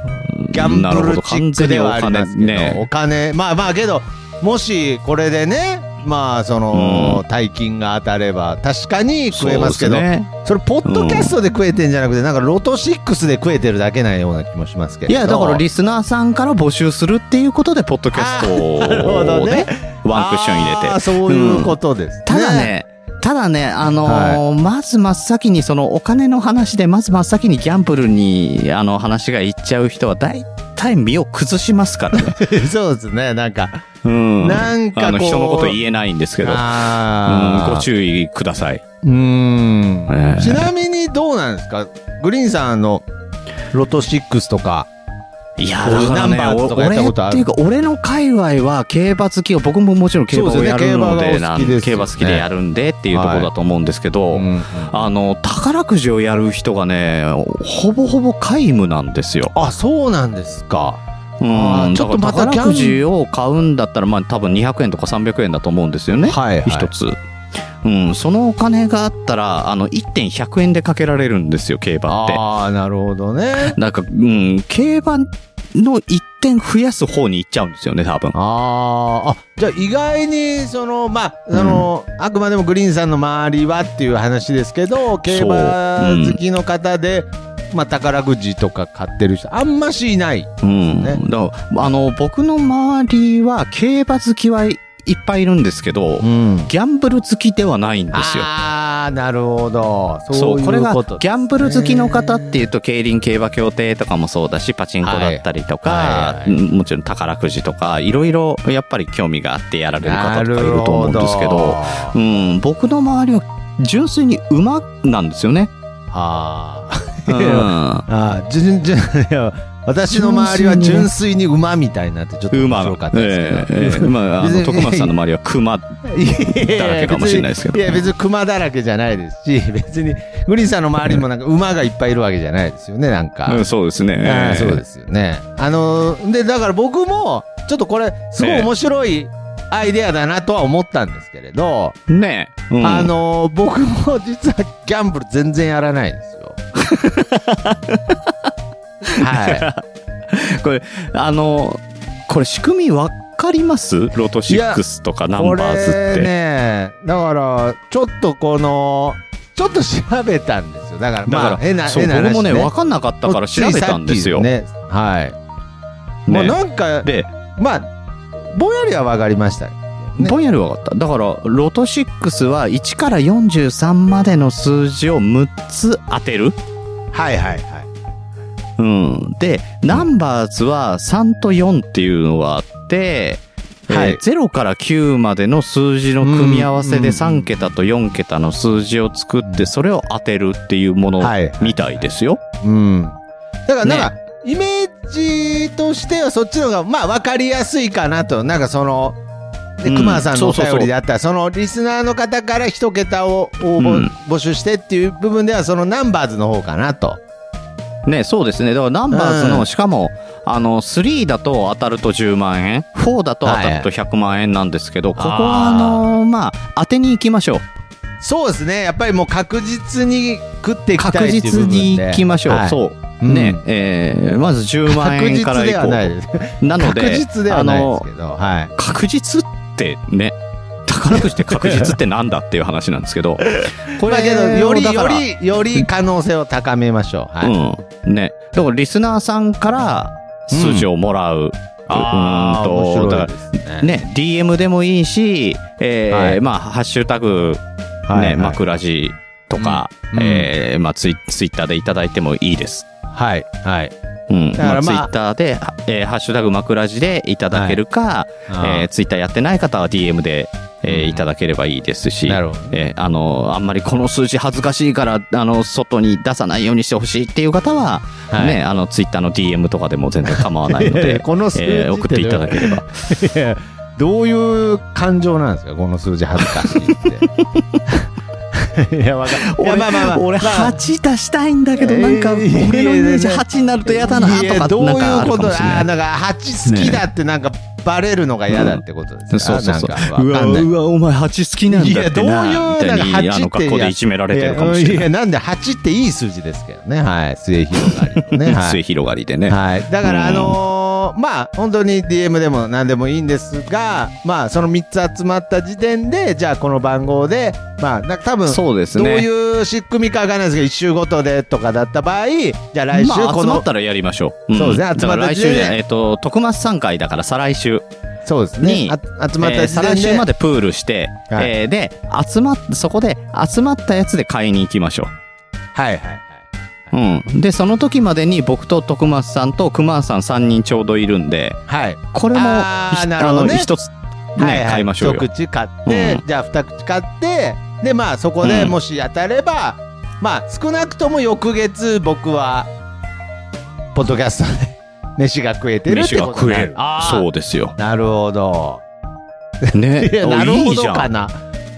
[SPEAKER 2] ギャン
[SPEAKER 1] なる
[SPEAKER 2] ブ
[SPEAKER 1] ほ
[SPEAKER 2] ル
[SPEAKER 1] ど
[SPEAKER 2] チックではありますけ
[SPEAKER 1] 完全
[SPEAKER 2] ど、
[SPEAKER 1] にお金ね
[SPEAKER 2] お金、まあまあけど、もしこれでね、まあ、その、大金が当たれば、確かに食えますけど、
[SPEAKER 1] そ
[SPEAKER 2] そう
[SPEAKER 1] ですね
[SPEAKER 2] れ、ポッドキャストで食えてんじゃなくて、なんか、ロト6で食えてるだけなような気もしますけ
[SPEAKER 1] い
[SPEAKER 2] れど。
[SPEAKER 1] や、だからリスナーさんから募集するっていうことで、ポッドキャス
[SPEAKER 2] あーなるほ
[SPEAKER 1] トを
[SPEAKER 2] ど
[SPEAKER 1] ね
[SPEAKER 2] ね、
[SPEAKER 1] ワンクッション入れ
[SPEAKER 2] あ
[SPEAKER 1] て
[SPEAKER 2] ー。そういうことです、
[SPEAKER 1] ただね、ただね、あのーまず真っ先にそのお金の話で、まず真っ先にギャンブルに、あの、話がいっちゃう人は、大体身を崩しますからね。
[SPEAKER 2] そうですね、なんか。
[SPEAKER 1] うん。
[SPEAKER 2] なんかこう
[SPEAKER 1] あの、人のこと言えないんですけど、
[SPEAKER 2] あ
[SPEAKER 1] う
[SPEAKER 2] ー
[SPEAKER 1] ん、ご注意ください。
[SPEAKER 2] うーん
[SPEAKER 1] ええ
[SPEAKER 2] ちなみにどうなんですかグリーンさんのロト6とか。
[SPEAKER 1] いや、
[SPEAKER 2] こう
[SPEAKER 1] だ
[SPEAKER 2] いう
[SPEAKER 1] からね、
[SPEAKER 2] ナンバーズとかやっ
[SPEAKER 1] 俺
[SPEAKER 2] た
[SPEAKER 1] っ
[SPEAKER 2] ことあ
[SPEAKER 1] て
[SPEAKER 2] る
[SPEAKER 1] いうか、俺の界隈は競馬好きを、僕ももちろん競馬
[SPEAKER 2] そ
[SPEAKER 1] を
[SPEAKER 2] うで
[SPEAKER 1] や
[SPEAKER 2] すね
[SPEAKER 1] るので、
[SPEAKER 2] 競馬が
[SPEAKER 1] な
[SPEAKER 2] お
[SPEAKER 1] ん
[SPEAKER 2] 好きです
[SPEAKER 1] 競
[SPEAKER 2] よね
[SPEAKER 1] 馬好きでやるんでっていうところだと思うんですけど、
[SPEAKER 2] うん
[SPEAKER 1] あの、宝くじをやる人がね、ほぼほぼ皆無なんですよ。
[SPEAKER 2] あ、そうなんですか。
[SPEAKER 1] う
[SPEAKER 2] あ
[SPEAKER 1] ん、
[SPEAKER 2] ー
[SPEAKER 1] ち
[SPEAKER 2] ち
[SPEAKER 1] ょ
[SPEAKER 2] ょ
[SPEAKER 1] っ
[SPEAKER 2] っ
[SPEAKER 1] と
[SPEAKER 2] と
[SPEAKER 1] ま
[SPEAKER 2] ま
[SPEAKER 1] た
[SPEAKER 2] た
[SPEAKER 1] 宝くじを買うんだったら、まあ多分200円とか300円だと思うんですよね。
[SPEAKER 2] はい、はい。
[SPEAKER 1] 一つ。うん、そのお金があったら、あの、1.100円でかけられるんですよ、競馬って。
[SPEAKER 2] ああ、なるほどね。
[SPEAKER 1] なんか、うん、競馬の1点増やす方に行っちゃうんですよね、多分。
[SPEAKER 2] あーあ、じゃあ意外に、その、まあ、その、あくまでもグリーンさんの周りはっていう話ですけど、競馬
[SPEAKER 1] うん
[SPEAKER 2] 好きの方で、まあ、宝くじとか買ってる人、あんましいない。
[SPEAKER 1] うん。
[SPEAKER 2] ね
[SPEAKER 1] だからあの、僕の周りは、競馬好きはいっぱいいるんですけど、
[SPEAKER 2] ん。
[SPEAKER 1] ギャンブル好きではないんですよ。
[SPEAKER 2] ああ、なるほど。
[SPEAKER 1] そ
[SPEAKER 2] そう
[SPEAKER 1] う
[SPEAKER 2] いう
[SPEAKER 1] これがギ
[SPEAKER 2] こと
[SPEAKER 1] ャンブル好きの方っていうと競輪競馬協定とかもそうだしパチンコだったりとか、
[SPEAKER 2] はいはいはい
[SPEAKER 1] うんもちろん宝くじとかいろいろやっぱり興味があってやられる方とかいると思うんですけど
[SPEAKER 2] なるほ
[SPEAKER 1] うん、僕の周りは純粋に馬なんですよ ね。
[SPEAKER 2] あ
[SPEAKER 1] う
[SPEAKER 2] ー
[SPEAKER 1] ん、
[SPEAKER 2] いやあー、純純いや私の周りは純粋に馬みたいになってちょっと面
[SPEAKER 1] 馬
[SPEAKER 2] 白
[SPEAKER 1] の
[SPEAKER 2] かっ。た
[SPEAKER 1] え
[SPEAKER 2] ですけど。
[SPEAKER 1] えええ まあ、あ
[SPEAKER 2] 別
[SPEAKER 1] の、
[SPEAKER 2] に
[SPEAKER 1] 徳松さんの周りは熊。だらけかもしれないですけど
[SPEAKER 2] いや別に熊だらけじゃないですし別にグリーンさんの周りにもなんか馬がいっぱいいるわけじゃないですよねなんか、
[SPEAKER 1] うんそうですね。
[SPEAKER 2] あ
[SPEAKER 1] え
[SPEAKER 2] ー
[SPEAKER 1] え
[SPEAKER 2] そうですよね。あのーで、だから僕も、ちょっとこれ、すごい面白いアイデアだなとは思ったんですけれど、
[SPEAKER 1] ねえ。うん
[SPEAKER 2] あ、のー僕 も実はギャンブル全然やらないんですよ。は
[SPEAKER 1] これ、あの、これ仕組みわかりますロト
[SPEAKER 2] いや
[SPEAKER 1] 6とか
[SPEAKER 2] い。
[SPEAKER 1] ナ
[SPEAKER 2] こ
[SPEAKER 1] ンバーズっ
[SPEAKER 2] れ
[SPEAKER 1] て。
[SPEAKER 2] ね、だから、ちょっとこの、ちょっと調べたんですよ。だか
[SPEAKER 1] だ
[SPEAKER 2] ら、ま
[SPEAKER 1] か
[SPEAKER 2] あ、
[SPEAKER 1] ら、
[SPEAKER 2] 変な、
[SPEAKER 1] そう、
[SPEAKER 2] 変な
[SPEAKER 1] 僕
[SPEAKER 2] 話、
[SPEAKER 1] も
[SPEAKER 2] ね。
[SPEAKER 1] ね、わかんなかったから調べたんですよ。
[SPEAKER 2] もうついさっきね、はい。もう
[SPEAKER 1] ね
[SPEAKER 2] なんか、
[SPEAKER 1] で、
[SPEAKER 2] まあ、ぼんやりはわかりました。ね
[SPEAKER 1] ぼんやりわかった。だから、ロト6は1から43までの数字を6つ当てる。
[SPEAKER 2] はいはいはい。
[SPEAKER 1] うん。で、ナンバーズは3と4っていうのがあって、
[SPEAKER 2] はい
[SPEAKER 1] えー0から9までの数字の組み合わせで
[SPEAKER 2] うん
[SPEAKER 1] 3桁と4桁の数字を作っ
[SPEAKER 2] う
[SPEAKER 1] て、それを当てるっていうもの
[SPEAKER 2] はい
[SPEAKER 1] みたいですよ。
[SPEAKER 2] うん。だから、なんか、イメージとしてはそっちの方が、まあ、わかりやすいかなと。なんかその、
[SPEAKER 1] う
[SPEAKER 2] ね、
[SPEAKER 1] ん
[SPEAKER 2] クマさんのお
[SPEAKER 1] そうそうそう
[SPEAKER 2] 便りであった、そのリスナーの方から一桁を応募,、
[SPEAKER 1] うん
[SPEAKER 2] 募集してっていう部分では、そのナンバーズの方かなと。
[SPEAKER 1] ね、そうですね。だからナンバーズ
[SPEAKER 2] う
[SPEAKER 1] の、
[SPEAKER 2] ん
[SPEAKER 1] しかも、あの、3だと当たると10万円、4だと当たると100万円なんですけど、ここは、あのまあ、当てに行きましょう。
[SPEAKER 2] そうですね。やっぱりもう確実に食っていきた
[SPEAKER 1] 確
[SPEAKER 2] いってい
[SPEAKER 1] 実
[SPEAKER 2] う部分で。
[SPEAKER 1] に行きましょう。
[SPEAKER 2] はい
[SPEAKER 1] そう。
[SPEAKER 2] うん
[SPEAKER 1] ね、えーまず10万
[SPEAKER 2] 確
[SPEAKER 1] 円から
[SPEAKER 2] 実
[SPEAKER 1] い
[SPEAKER 2] で
[SPEAKER 1] こ
[SPEAKER 2] は
[SPEAKER 1] う。
[SPEAKER 2] ないです。
[SPEAKER 1] なので、
[SPEAKER 2] 確実ではないですけ
[SPEAKER 1] あ
[SPEAKER 2] ど、はい。
[SPEAKER 1] の確実ってね、宝くじって確実ってなんだっていう話なんですけど、こ
[SPEAKER 2] まあけど、
[SPEAKER 1] を
[SPEAKER 2] より、
[SPEAKER 1] だか
[SPEAKER 2] よ
[SPEAKER 1] ら
[SPEAKER 2] り、より可能性を高めましょう。はい。
[SPEAKER 1] うん。ね。だからリスナーさんから数字をもらう。うん、
[SPEAKER 2] あー面白い
[SPEAKER 1] だか
[SPEAKER 2] です
[SPEAKER 1] らね、DM でもいいし、えー
[SPEAKER 2] はい
[SPEAKER 1] まあ、ハッシュタグ、ね、
[SPEAKER 2] はいはい
[SPEAKER 1] 枕字とか、
[SPEAKER 2] うんうん
[SPEAKER 1] えーまあツイ、ツイッターでいただいてもいいです。
[SPEAKER 2] はい、はい。
[SPEAKER 1] うん。
[SPEAKER 2] だから
[SPEAKER 1] まあ、ツイ
[SPEAKER 2] まあ
[SPEAKER 1] ッターで、えーハッシュタグ枕字でいただけるか、えー、ツイッターやってない方は DM で、えー
[SPEAKER 2] うん
[SPEAKER 1] いただければいいですし、
[SPEAKER 2] なるほどね
[SPEAKER 1] えーあの、あんまりこの数字恥ずかしいから、あの、外に出さないようにしてほしいっていう方は、
[SPEAKER 2] はい
[SPEAKER 1] ね、あの、ツイッターの DM とかでも全然構わないので、
[SPEAKER 2] この数字って
[SPEAKER 1] えー送っていただければ。
[SPEAKER 2] いやどういう感情なんですかこの数字恥ずかしい って。いや、わかいや、まあまあまあ。
[SPEAKER 1] 俺、
[SPEAKER 2] まあ
[SPEAKER 1] 8出したいんだけど、
[SPEAKER 2] えー
[SPEAKER 1] なんか、
[SPEAKER 2] いや
[SPEAKER 1] 俺のイメージ
[SPEAKER 2] いや
[SPEAKER 1] 8になると嫌だな、と
[SPEAKER 2] や
[SPEAKER 1] か、
[SPEAKER 2] どうい
[SPEAKER 1] なんかあ
[SPEAKER 2] う
[SPEAKER 1] る
[SPEAKER 2] こ
[SPEAKER 1] か
[SPEAKER 2] と
[SPEAKER 1] もしれ
[SPEAKER 2] あ
[SPEAKER 1] な
[SPEAKER 2] ー
[SPEAKER 1] い。
[SPEAKER 2] なんか8好きだってなんかバレるのが嫌だってことです
[SPEAKER 1] そ
[SPEAKER 2] か
[SPEAKER 1] うそうそう。
[SPEAKER 2] なんかわかん
[SPEAKER 1] うわ、
[SPEAKER 2] ないう
[SPEAKER 1] わ、お前8好きなんだってな、
[SPEAKER 2] いやどういう
[SPEAKER 1] みたい
[SPEAKER 2] なん
[SPEAKER 1] に、
[SPEAKER 2] か
[SPEAKER 1] あ
[SPEAKER 2] 8
[SPEAKER 1] の、
[SPEAKER 2] って
[SPEAKER 1] 学校でいじめられてるかもしれな
[SPEAKER 2] や
[SPEAKER 1] い。
[SPEAKER 2] やなんで8っていい数字ですけどね。はい。末広がり のね。はい
[SPEAKER 1] 末広がりでね。
[SPEAKER 2] はい。だから、
[SPEAKER 1] うん
[SPEAKER 2] あのーまあ、本当に DM でも何でもいいんですが、まあ、その3つ集まった時点で、じゃあこの番号で、まあ、なんか多分、
[SPEAKER 1] そうです
[SPEAKER 2] どう
[SPEAKER 1] ね。
[SPEAKER 2] いう仕組みかわからないですけど、1週ごとでとかだった場合、じゃあ来週
[SPEAKER 1] まあ、
[SPEAKER 2] こ
[SPEAKER 1] 集ま
[SPEAKER 2] の、
[SPEAKER 1] ったらやりましょう。ん
[SPEAKER 2] そうですね
[SPEAKER 1] だから来
[SPEAKER 2] 集まった
[SPEAKER 1] 週
[SPEAKER 2] 時点で
[SPEAKER 1] じゃないえっと、徳松さん会だから再来週。
[SPEAKER 2] そうですね
[SPEAKER 1] に。
[SPEAKER 2] あ集まっ
[SPEAKER 1] えー
[SPEAKER 2] た時
[SPEAKER 1] 再
[SPEAKER 2] 点
[SPEAKER 1] 来
[SPEAKER 2] で、
[SPEAKER 1] 週までプールして、
[SPEAKER 2] はい
[SPEAKER 1] えーで、集まっ、そこで集まったやつで買いに行きましょ
[SPEAKER 2] はいはいはい。
[SPEAKER 1] う。うん。で、その時までに僕と徳松さんと熊さん3人ちょうどいるんで、
[SPEAKER 2] はい。
[SPEAKER 1] これも、
[SPEAKER 2] あー
[SPEAKER 1] ひ
[SPEAKER 2] なるほどね
[SPEAKER 1] あの一つ、ね
[SPEAKER 2] はいはい
[SPEAKER 1] 買いましょうよ
[SPEAKER 2] 一。口買って、
[SPEAKER 1] う
[SPEAKER 2] じゃあ二口買って、で、まあ、そこで
[SPEAKER 1] うん
[SPEAKER 2] もし当たれば、まあ、少なくとも翌月、僕は、ポッドキャストで、 飯が食えてるって
[SPEAKER 1] 飯
[SPEAKER 2] こと
[SPEAKER 1] が食
[SPEAKER 2] にな
[SPEAKER 1] える。
[SPEAKER 2] あ
[SPEAKER 1] そうですよ
[SPEAKER 2] あ。。なるほど。
[SPEAKER 1] ね。
[SPEAKER 2] いや、
[SPEAKER 1] お
[SPEAKER 2] なる
[SPEAKER 1] い
[SPEAKER 2] ほ
[SPEAKER 1] い
[SPEAKER 2] ど
[SPEAKER 1] じゃ
[SPEAKER 2] か
[SPEAKER 1] ん。
[SPEAKER 2] な。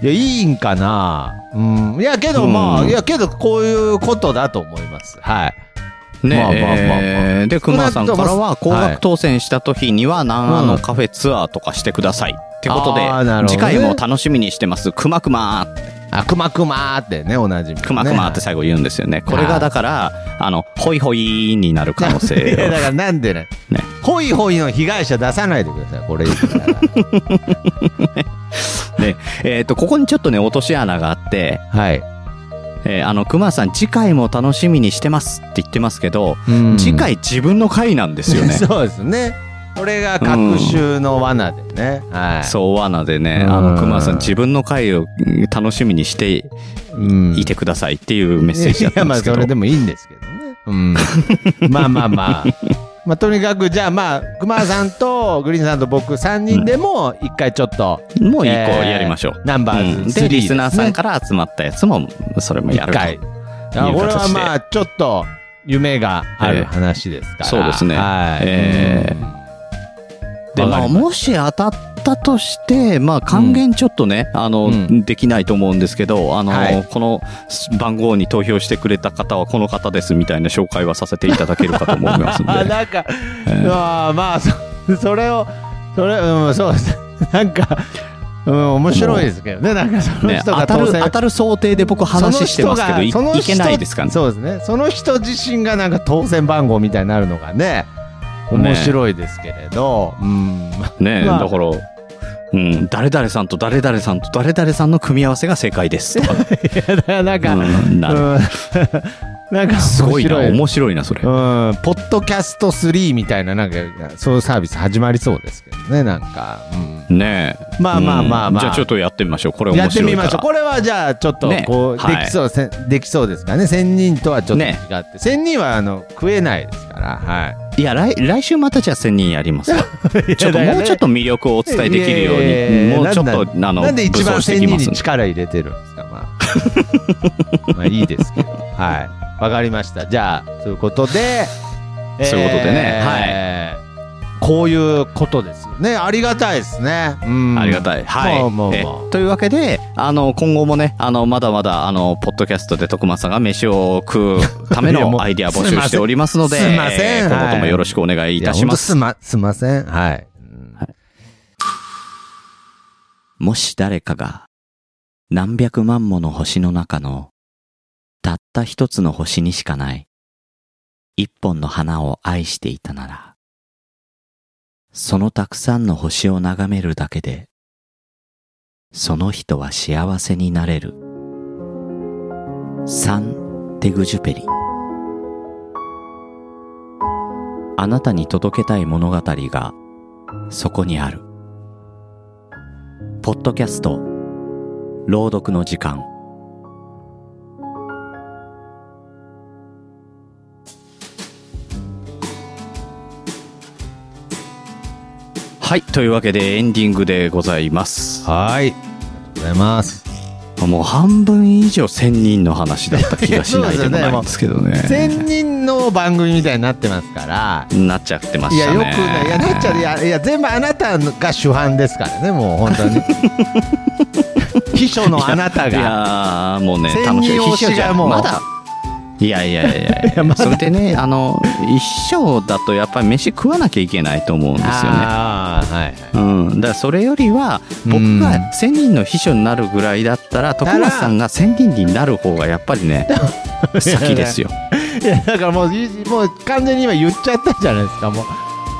[SPEAKER 2] いや、いいんかな。うん。いや、けど、まあ、
[SPEAKER 1] うん
[SPEAKER 2] いや、けど、こういうことだと思います。はい。
[SPEAKER 1] ね、
[SPEAKER 2] まあまあまあまあ
[SPEAKER 1] えーで、熊さんからは、高
[SPEAKER 2] 少なく
[SPEAKER 1] 額当選した時には、南アのカフェツアーとかしてください。ってことで、
[SPEAKER 2] あーなるほどね
[SPEAKER 1] 次回も楽しみにしてます。くまくまー、
[SPEAKER 2] あ、くまくまーってね、おなじみのね。
[SPEAKER 1] くまくまーって最後言うんですよね。これがだから、あの、ほいほいになる可能性
[SPEAKER 2] いやだ
[SPEAKER 1] を。
[SPEAKER 2] からなんでね
[SPEAKER 1] ね
[SPEAKER 2] ホイホイの被害者出さないでくださいこれ以上なら
[SPEAKER 1] ね、えっ、と、ここにちょっとね、落とし穴があって、
[SPEAKER 2] はい、
[SPEAKER 1] えーあの、熊さん、次回も楽しみにしてますって言ってますけど、次回自分の回なんですよ ね。
[SPEAKER 2] そうですねこれが各種の罠でね、はい
[SPEAKER 1] そう、罠でね、
[SPEAKER 2] うん
[SPEAKER 1] あの、熊さん、自分の回をうん楽しみにして
[SPEAKER 2] うん、
[SPEAKER 1] いてくださいっていうメッセージだっ
[SPEAKER 2] いや
[SPEAKER 1] たん
[SPEAKER 2] ま
[SPEAKER 1] で
[SPEAKER 2] あ
[SPEAKER 1] すけ
[SPEAKER 2] そ
[SPEAKER 1] ど
[SPEAKER 2] れ。でもいいんですけどね、 うん、まあまあまあまあとにかくじゃあまあ熊さんとグリーンさんと僕3人でも一回ちょっと、
[SPEAKER 1] もう一個
[SPEAKER 2] えー
[SPEAKER 1] やりましょう。
[SPEAKER 2] ナンバ
[SPEAKER 1] う
[SPEAKER 2] ー
[SPEAKER 1] ん
[SPEAKER 2] ズ3
[SPEAKER 1] で、リスナーさん
[SPEAKER 2] か
[SPEAKER 1] から集まったやつも、それもや
[SPEAKER 2] 1
[SPEAKER 1] ると。
[SPEAKER 2] 回あこれはまあちょっと夢がある話ですから、
[SPEAKER 1] そうですね
[SPEAKER 2] はい、
[SPEAKER 1] えーで、
[SPEAKER 2] わかり
[SPEAKER 1] まあ、
[SPEAKER 2] ました
[SPEAKER 1] もし当たったとして、まあ、還元ちょっとね、あの、
[SPEAKER 2] うん
[SPEAKER 1] できないと思うんですけど、あの、
[SPEAKER 2] はい
[SPEAKER 1] この番号に投票してくれた方はこの方ですみたいな紹介はさせていただけるかと思い ますん
[SPEAKER 2] あ
[SPEAKER 1] で。
[SPEAKER 2] なんか、 あーまあそそれをそれうんそうですなんかうん、面白いですけどね。なんかその
[SPEAKER 1] ね、
[SPEAKER 2] 人
[SPEAKER 1] 当
[SPEAKER 2] が
[SPEAKER 1] た
[SPEAKER 2] 当
[SPEAKER 1] る、
[SPEAKER 2] 選
[SPEAKER 1] 当たる想定で僕話してますけど、い
[SPEAKER 2] その人が
[SPEAKER 1] いけないですからね。
[SPEAKER 2] そうですね。その人自身がなんか当選番号みたいになるのがね、面白いですけれど、うん。
[SPEAKER 1] ね、
[SPEAKER 2] まあ
[SPEAKER 1] だから、うん、誰々さんと誰々さんと誰々さんの組み合わせが正解ですとか。
[SPEAKER 2] なんか、
[SPEAKER 1] うんなる
[SPEAKER 2] うん なんか
[SPEAKER 1] すごいな、
[SPEAKER 2] 面白
[SPEAKER 1] 面白いな、それ。
[SPEAKER 2] うん、ポッドキャスト3みたいな、なんか、そういうサービス始まりそうですけどね、なんか。うん
[SPEAKER 1] ねえ。
[SPEAKER 2] まあまあまあまあ
[SPEAKER 1] うんじゃあちょっとやってみましょう。これ面
[SPEAKER 2] や
[SPEAKER 1] 白い
[SPEAKER 2] っ
[SPEAKER 1] から。
[SPEAKER 2] てみましょう。これはじゃあ、ちょっと、
[SPEAKER 1] ね
[SPEAKER 2] こう、
[SPEAKER 1] はい
[SPEAKER 2] できそう、せんできそうですかね。仙人とはちょっと違っ
[SPEAKER 1] ね
[SPEAKER 2] て。仙人は、あの、食えないですから、はい
[SPEAKER 1] や、来、来週またじゃあ1000人やり ますか。
[SPEAKER 2] い。
[SPEAKER 1] ちょっと、もうちょっと魅力をお伝えできるよ
[SPEAKER 2] いやいやいや
[SPEAKER 1] うに、もうちょっ
[SPEAKER 2] な
[SPEAKER 1] と
[SPEAKER 2] ん、
[SPEAKER 1] あの、
[SPEAKER 2] なんで一番
[SPEAKER 1] 武装して
[SPEAKER 2] 仙
[SPEAKER 1] き
[SPEAKER 2] 人
[SPEAKER 1] ます
[SPEAKER 2] に
[SPEAKER 1] んで
[SPEAKER 2] 力入れてるんですか、まあ。 まあ、いいですけど。はい。わかりました。じゃあ、そういうことで、
[SPEAKER 1] そういうことでね
[SPEAKER 2] はい。こういうことですよね。ありがたいですね。うん。
[SPEAKER 1] ありがたい。はい。
[SPEAKER 2] もうもう
[SPEAKER 1] え
[SPEAKER 2] もう
[SPEAKER 1] というわけで、あの、今後もね、あの、まだまだ、あの、ポッドキャストで徳間さんが飯を食うため
[SPEAKER 2] いやもう
[SPEAKER 1] のアイディア募集しておりますので、
[SPEAKER 2] すいません
[SPEAKER 1] えー
[SPEAKER 2] はい
[SPEAKER 1] 今後ともよろしくお願いいたします。
[SPEAKER 2] いやほんとすま、すいません。はい。
[SPEAKER 1] もし誰かが何百万もの星の中のたった一つの星にしかない一本の花を愛していたなら、そのたくさんの星を眺めるだけで、その人は幸せになれる。サン・テグジュペリあなたに届けたい物語がそこにある。ポッドキャスト朗読の時間はいというわけでエンディングでございます
[SPEAKER 2] はい。ありがとうございます。
[SPEAKER 1] もう半分以上1000人の話だった気がしないでもないんですけどね
[SPEAKER 2] 仙人の番組みたいになってますから、
[SPEAKER 1] なっちゃってま
[SPEAKER 2] い
[SPEAKER 1] し
[SPEAKER 2] や、
[SPEAKER 1] た
[SPEAKER 2] よく
[SPEAKER 1] ね
[SPEAKER 2] ね、いや、なっちゃう、いや、いや、全部あなたが主犯ですからね、もう本当 に。秘書のあなた
[SPEAKER 1] い
[SPEAKER 2] が。
[SPEAKER 1] やーもうね
[SPEAKER 2] 千人
[SPEAKER 1] 楽しい
[SPEAKER 2] 推しが
[SPEAKER 1] 秘書じゃ
[SPEAKER 2] もう
[SPEAKER 1] まだいやいやい やいやそれでねあの一生だとやっぱり飯食わなきゃいけないと思うんですよね
[SPEAKER 2] ああ、はい。
[SPEAKER 1] うん、だからそれよりは僕
[SPEAKER 2] う
[SPEAKER 1] が
[SPEAKER 2] ん
[SPEAKER 1] 1000人の秘書になるぐらいだったら徳松さんが1000人になる方がやっぱり ね先ですよ
[SPEAKER 2] いや、だからもう、いもう完全に今言っちゃったじゃないですか、も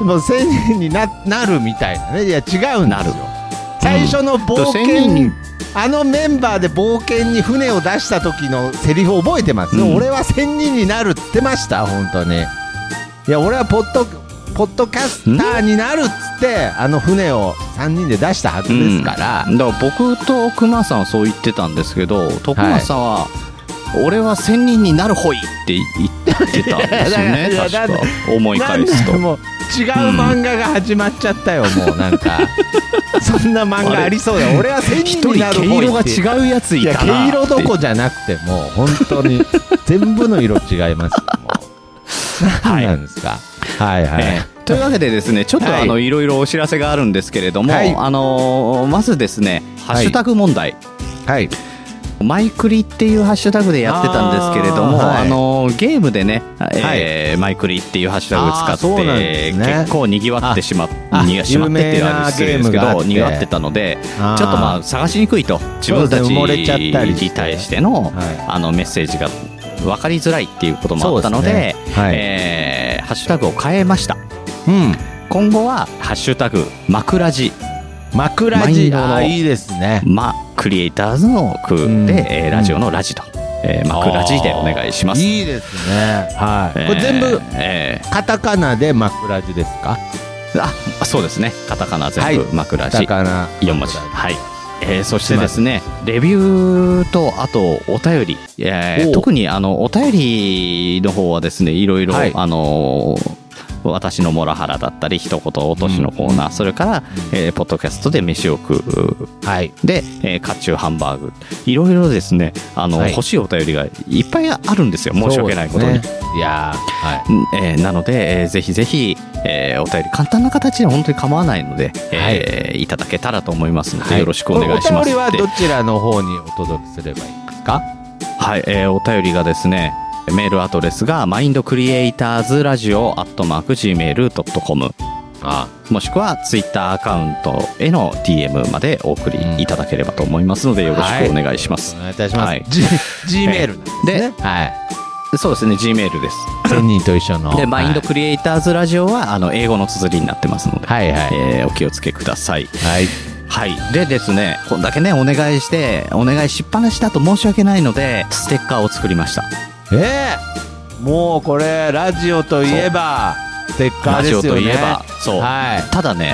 [SPEAKER 2] う。もう仙人にななるみたいなね。いや、違うんで
[SPEAKER 1] な
[SPEAKER 2] す
[SPEAKER 1] る
[SPEAKER 2] よ。最初の冒
[SPEAKER 1] だ
[SPEAKER 2] 険
[SPEAKER 1] から仙人
[SPEAKER 2] あのメンバーで冒険に船を出した時のセリフ覚えてます、
[SPEAKER 1] うん
[SPEAKER 2] 俺は仙人になるって言ってました本当にいや俺はポッドポッドキャスターになるっつってあの船を3人で出したはずですから、
[SPEAKER 1] だから僕と熊さんはそう言ってたんですけど徳松さんは、俺は1000人になるほいって言ってたんですよね
[SPEAKER 2] いやだから
[SPEAKER 1] 確か思い
[SPEAKER 2] なん
[SPEAKER 1] 返
[SPEAKER 2] だ
[SPEAKER 1] すと
[SPEAKER 2] よもう違う漫画が始まっちゃっ たよ、もうなんかそんな漫画ありそうだよ俺は仙
[SPEAKER 1] 一
[SPEAKER 2] 人
[SPEAKER 1] 人
[SPEAKER 2] になる
[SPEAKER 1] 毛色が違
[SPEAKER 2] う
[SPEAKER 1] うやつい
[SPEAKER 2] いや
[SPEAKER 1] たな
[SPEAKER 2] 毛
[SPEAKER 1] って
[SPEAKER 2] 色どこじゃなくてもう本当 に全部の色違いますよもう
[SPEAKER 1] はい
[SPEAKER 2] 何なんですか、はい、はい
[SPEAKER 1] ええというわけでですね、ちょっと
[SPEAKER 2] はい
[SPEAKER 1] あの、いろいろお知らせがあるんですけれども、
[SPEAKER 2] はい
[SPEAKER 1] あのーまずですね、ハッシュタグ問題、
[SPEAKER 2] はい
[SPEAKER 1] マイクリっていうハッシュタグでやってたんですけれども、あ、
[SPEAKER 2] あーはい
[SPEAKER 1] のーゲームでね、えーマイクリっていうハッシュタグ
[SPEAKER 2] あー
[SPEAKER 1] を使
[SPEAKER 2] そう
[SPEAKER 1] っ
[SPEAKER 2] なん
[SPEAKER 1] て、
[SPEAKER 2] ですね
[SPEAKER 1] 結構にぎわってしまっ
[SPEAKER 2] あ
[SPEAKER 1] にぎわしまってっていうの
[SPEAKER 2] 有名
[SPEAKER 1] は
[SPEAKER 2] な
[SPEAKER 1] 失礼ですけ
[SPEAKER 2] ゲームがあっ
[SPEAKER 1] ど、
[SPEAKER 2] て
[SPEAKER 1] にぎわってたので、ちょ
[SPEAKER 2] あ
[SPEAKER 1] っと
[SPEAKER 2] ー
[SPEAKER 1] まあ探しにくいと、自分たち
[SPEAKER 2] そうですね埋もれちゃったりして
[SPEAKER 1] に対しての、
[SPEAKER 2] はい
[SPEAKER 1] あのメッセージが分かりづらいっていうこともあったので、
[SPEAKER 2] そうですねはい
[SPEAKER 1] えーハッシュタグを変えました。
[SPEAKER 2] うん
[SPEAKER 1] 今後は「ハッシュタグまくらじ」
[SPEAKER 2] 枕
[SPEAKER 1] マイン
[SPEAKER 2] 地
[SPEAKER 1] ドの
[SPEAKER 2] あーいいですね
[SPEAKER 1] 「ま」クリエイターズの「く」で、
[SPEAKER 2] うん
[SPEAKER 1] えーラジオの「ラジ」と「えーまくらじ」でお願いします。
[SPEAKER 2] いいですねはい、
[SPEAKER 1] えー
[SPEAKER 2] これ全部
[SPEAKER 1] え
[SPEAKER 2] カタカナで枕地ですか
[SPEAKER 1] ーあそうですねカタカナ全
[SPEAKER 2] は
[SPEAKER 1] 部「まくら
[SPEAKER 2] カ
[SPEAKER 1] じ
[SPEAKER 2] タ」カナ
[SPEAKER 1] 4文字。はいえーそしてですね、レビューと、あと、お便り、えー
[SPEAKER 2] おう
[SPEAKER 1] 特に、あの、お便りの方はですね、いろいろ、
[SPEAKER 2] はい
[SPEAKER 1] あのー私のモラハラだったり、一言落としのコーナー、それから、えーポッドキャストで飯を食う
[SPEAKER 2] はい
[SPEAKER 1] で、えー、カチューハンバーグいろいろですねあの、
[SPEAKER 2] はい
[SPEAKER 1] 欲しいお便りがいっぱいあるんですよ申し訳ないこと
[SPEAKER 2] そう
[SPEAKER 1] に、
[SPEAKER 2] ですねいやーはい
[SPEAKER 1] うんえーなので、えーぜひぜひ、えーお便り簡単な形で本当に構わないので、えーい、ただけたらと思いますので、
[SPEAKER 2] はい
[SPEAKER 1] よろしくお願いし
[SPEAKER 2] お
[SPEAKER 1] ます
[SPEAKER 2] 便りは
[SPEAKER 1] で
[SPEAKER 2] どちらの方にお届けすればいいですか
[SPEAKER 1] はいえーお便りがですねメールアドレスが mindcreatorsradio.gmail.com
[SPEAKER 2] あ
[SPEAKER 1] もしくはツイッターアカウントへの DM までお送りいただければと思いますので、よろしくお願いします。
[SPEAKER 2] お願いいたします。
[SPEAKER 1] は
[SPEAKER 2] はいい、G, G メールなんですね。 は
[SPEAKER 1] そうですね、Gmail です。
[SPEAKER 2] い。千人と一緒の。
[SPEAKER 1] で、マインド
[SPEAKER 2] はい
[SPEAKER 1] クリエイターズラジオは、あの、英語の綴りになってますので、
[SPEAKER 2] はいはい。
[SPEAKER 1] えーお気をつけください。
[SPEAKER 2] はい。
[SPEAKER 1] はい。でですね、こんだけね、お願いして、お願いしっぱなしだと申し訳ないので、ステッカーを作りました。
[SPEAKER 2] えー、もうこれ、ラジオといえば、ステッカー
[SPEAKER 1] ラ
[SPEAKER 2] で
[SPEAKER 1] ジ
[SPEAKER 2] す
[SPEAKER 1] オ
[SPEAKER 2] よね。
[SPEAKER 1] といえば、そう。
[SPEAKER 2] はい。
[SPEAKER 1] ただね、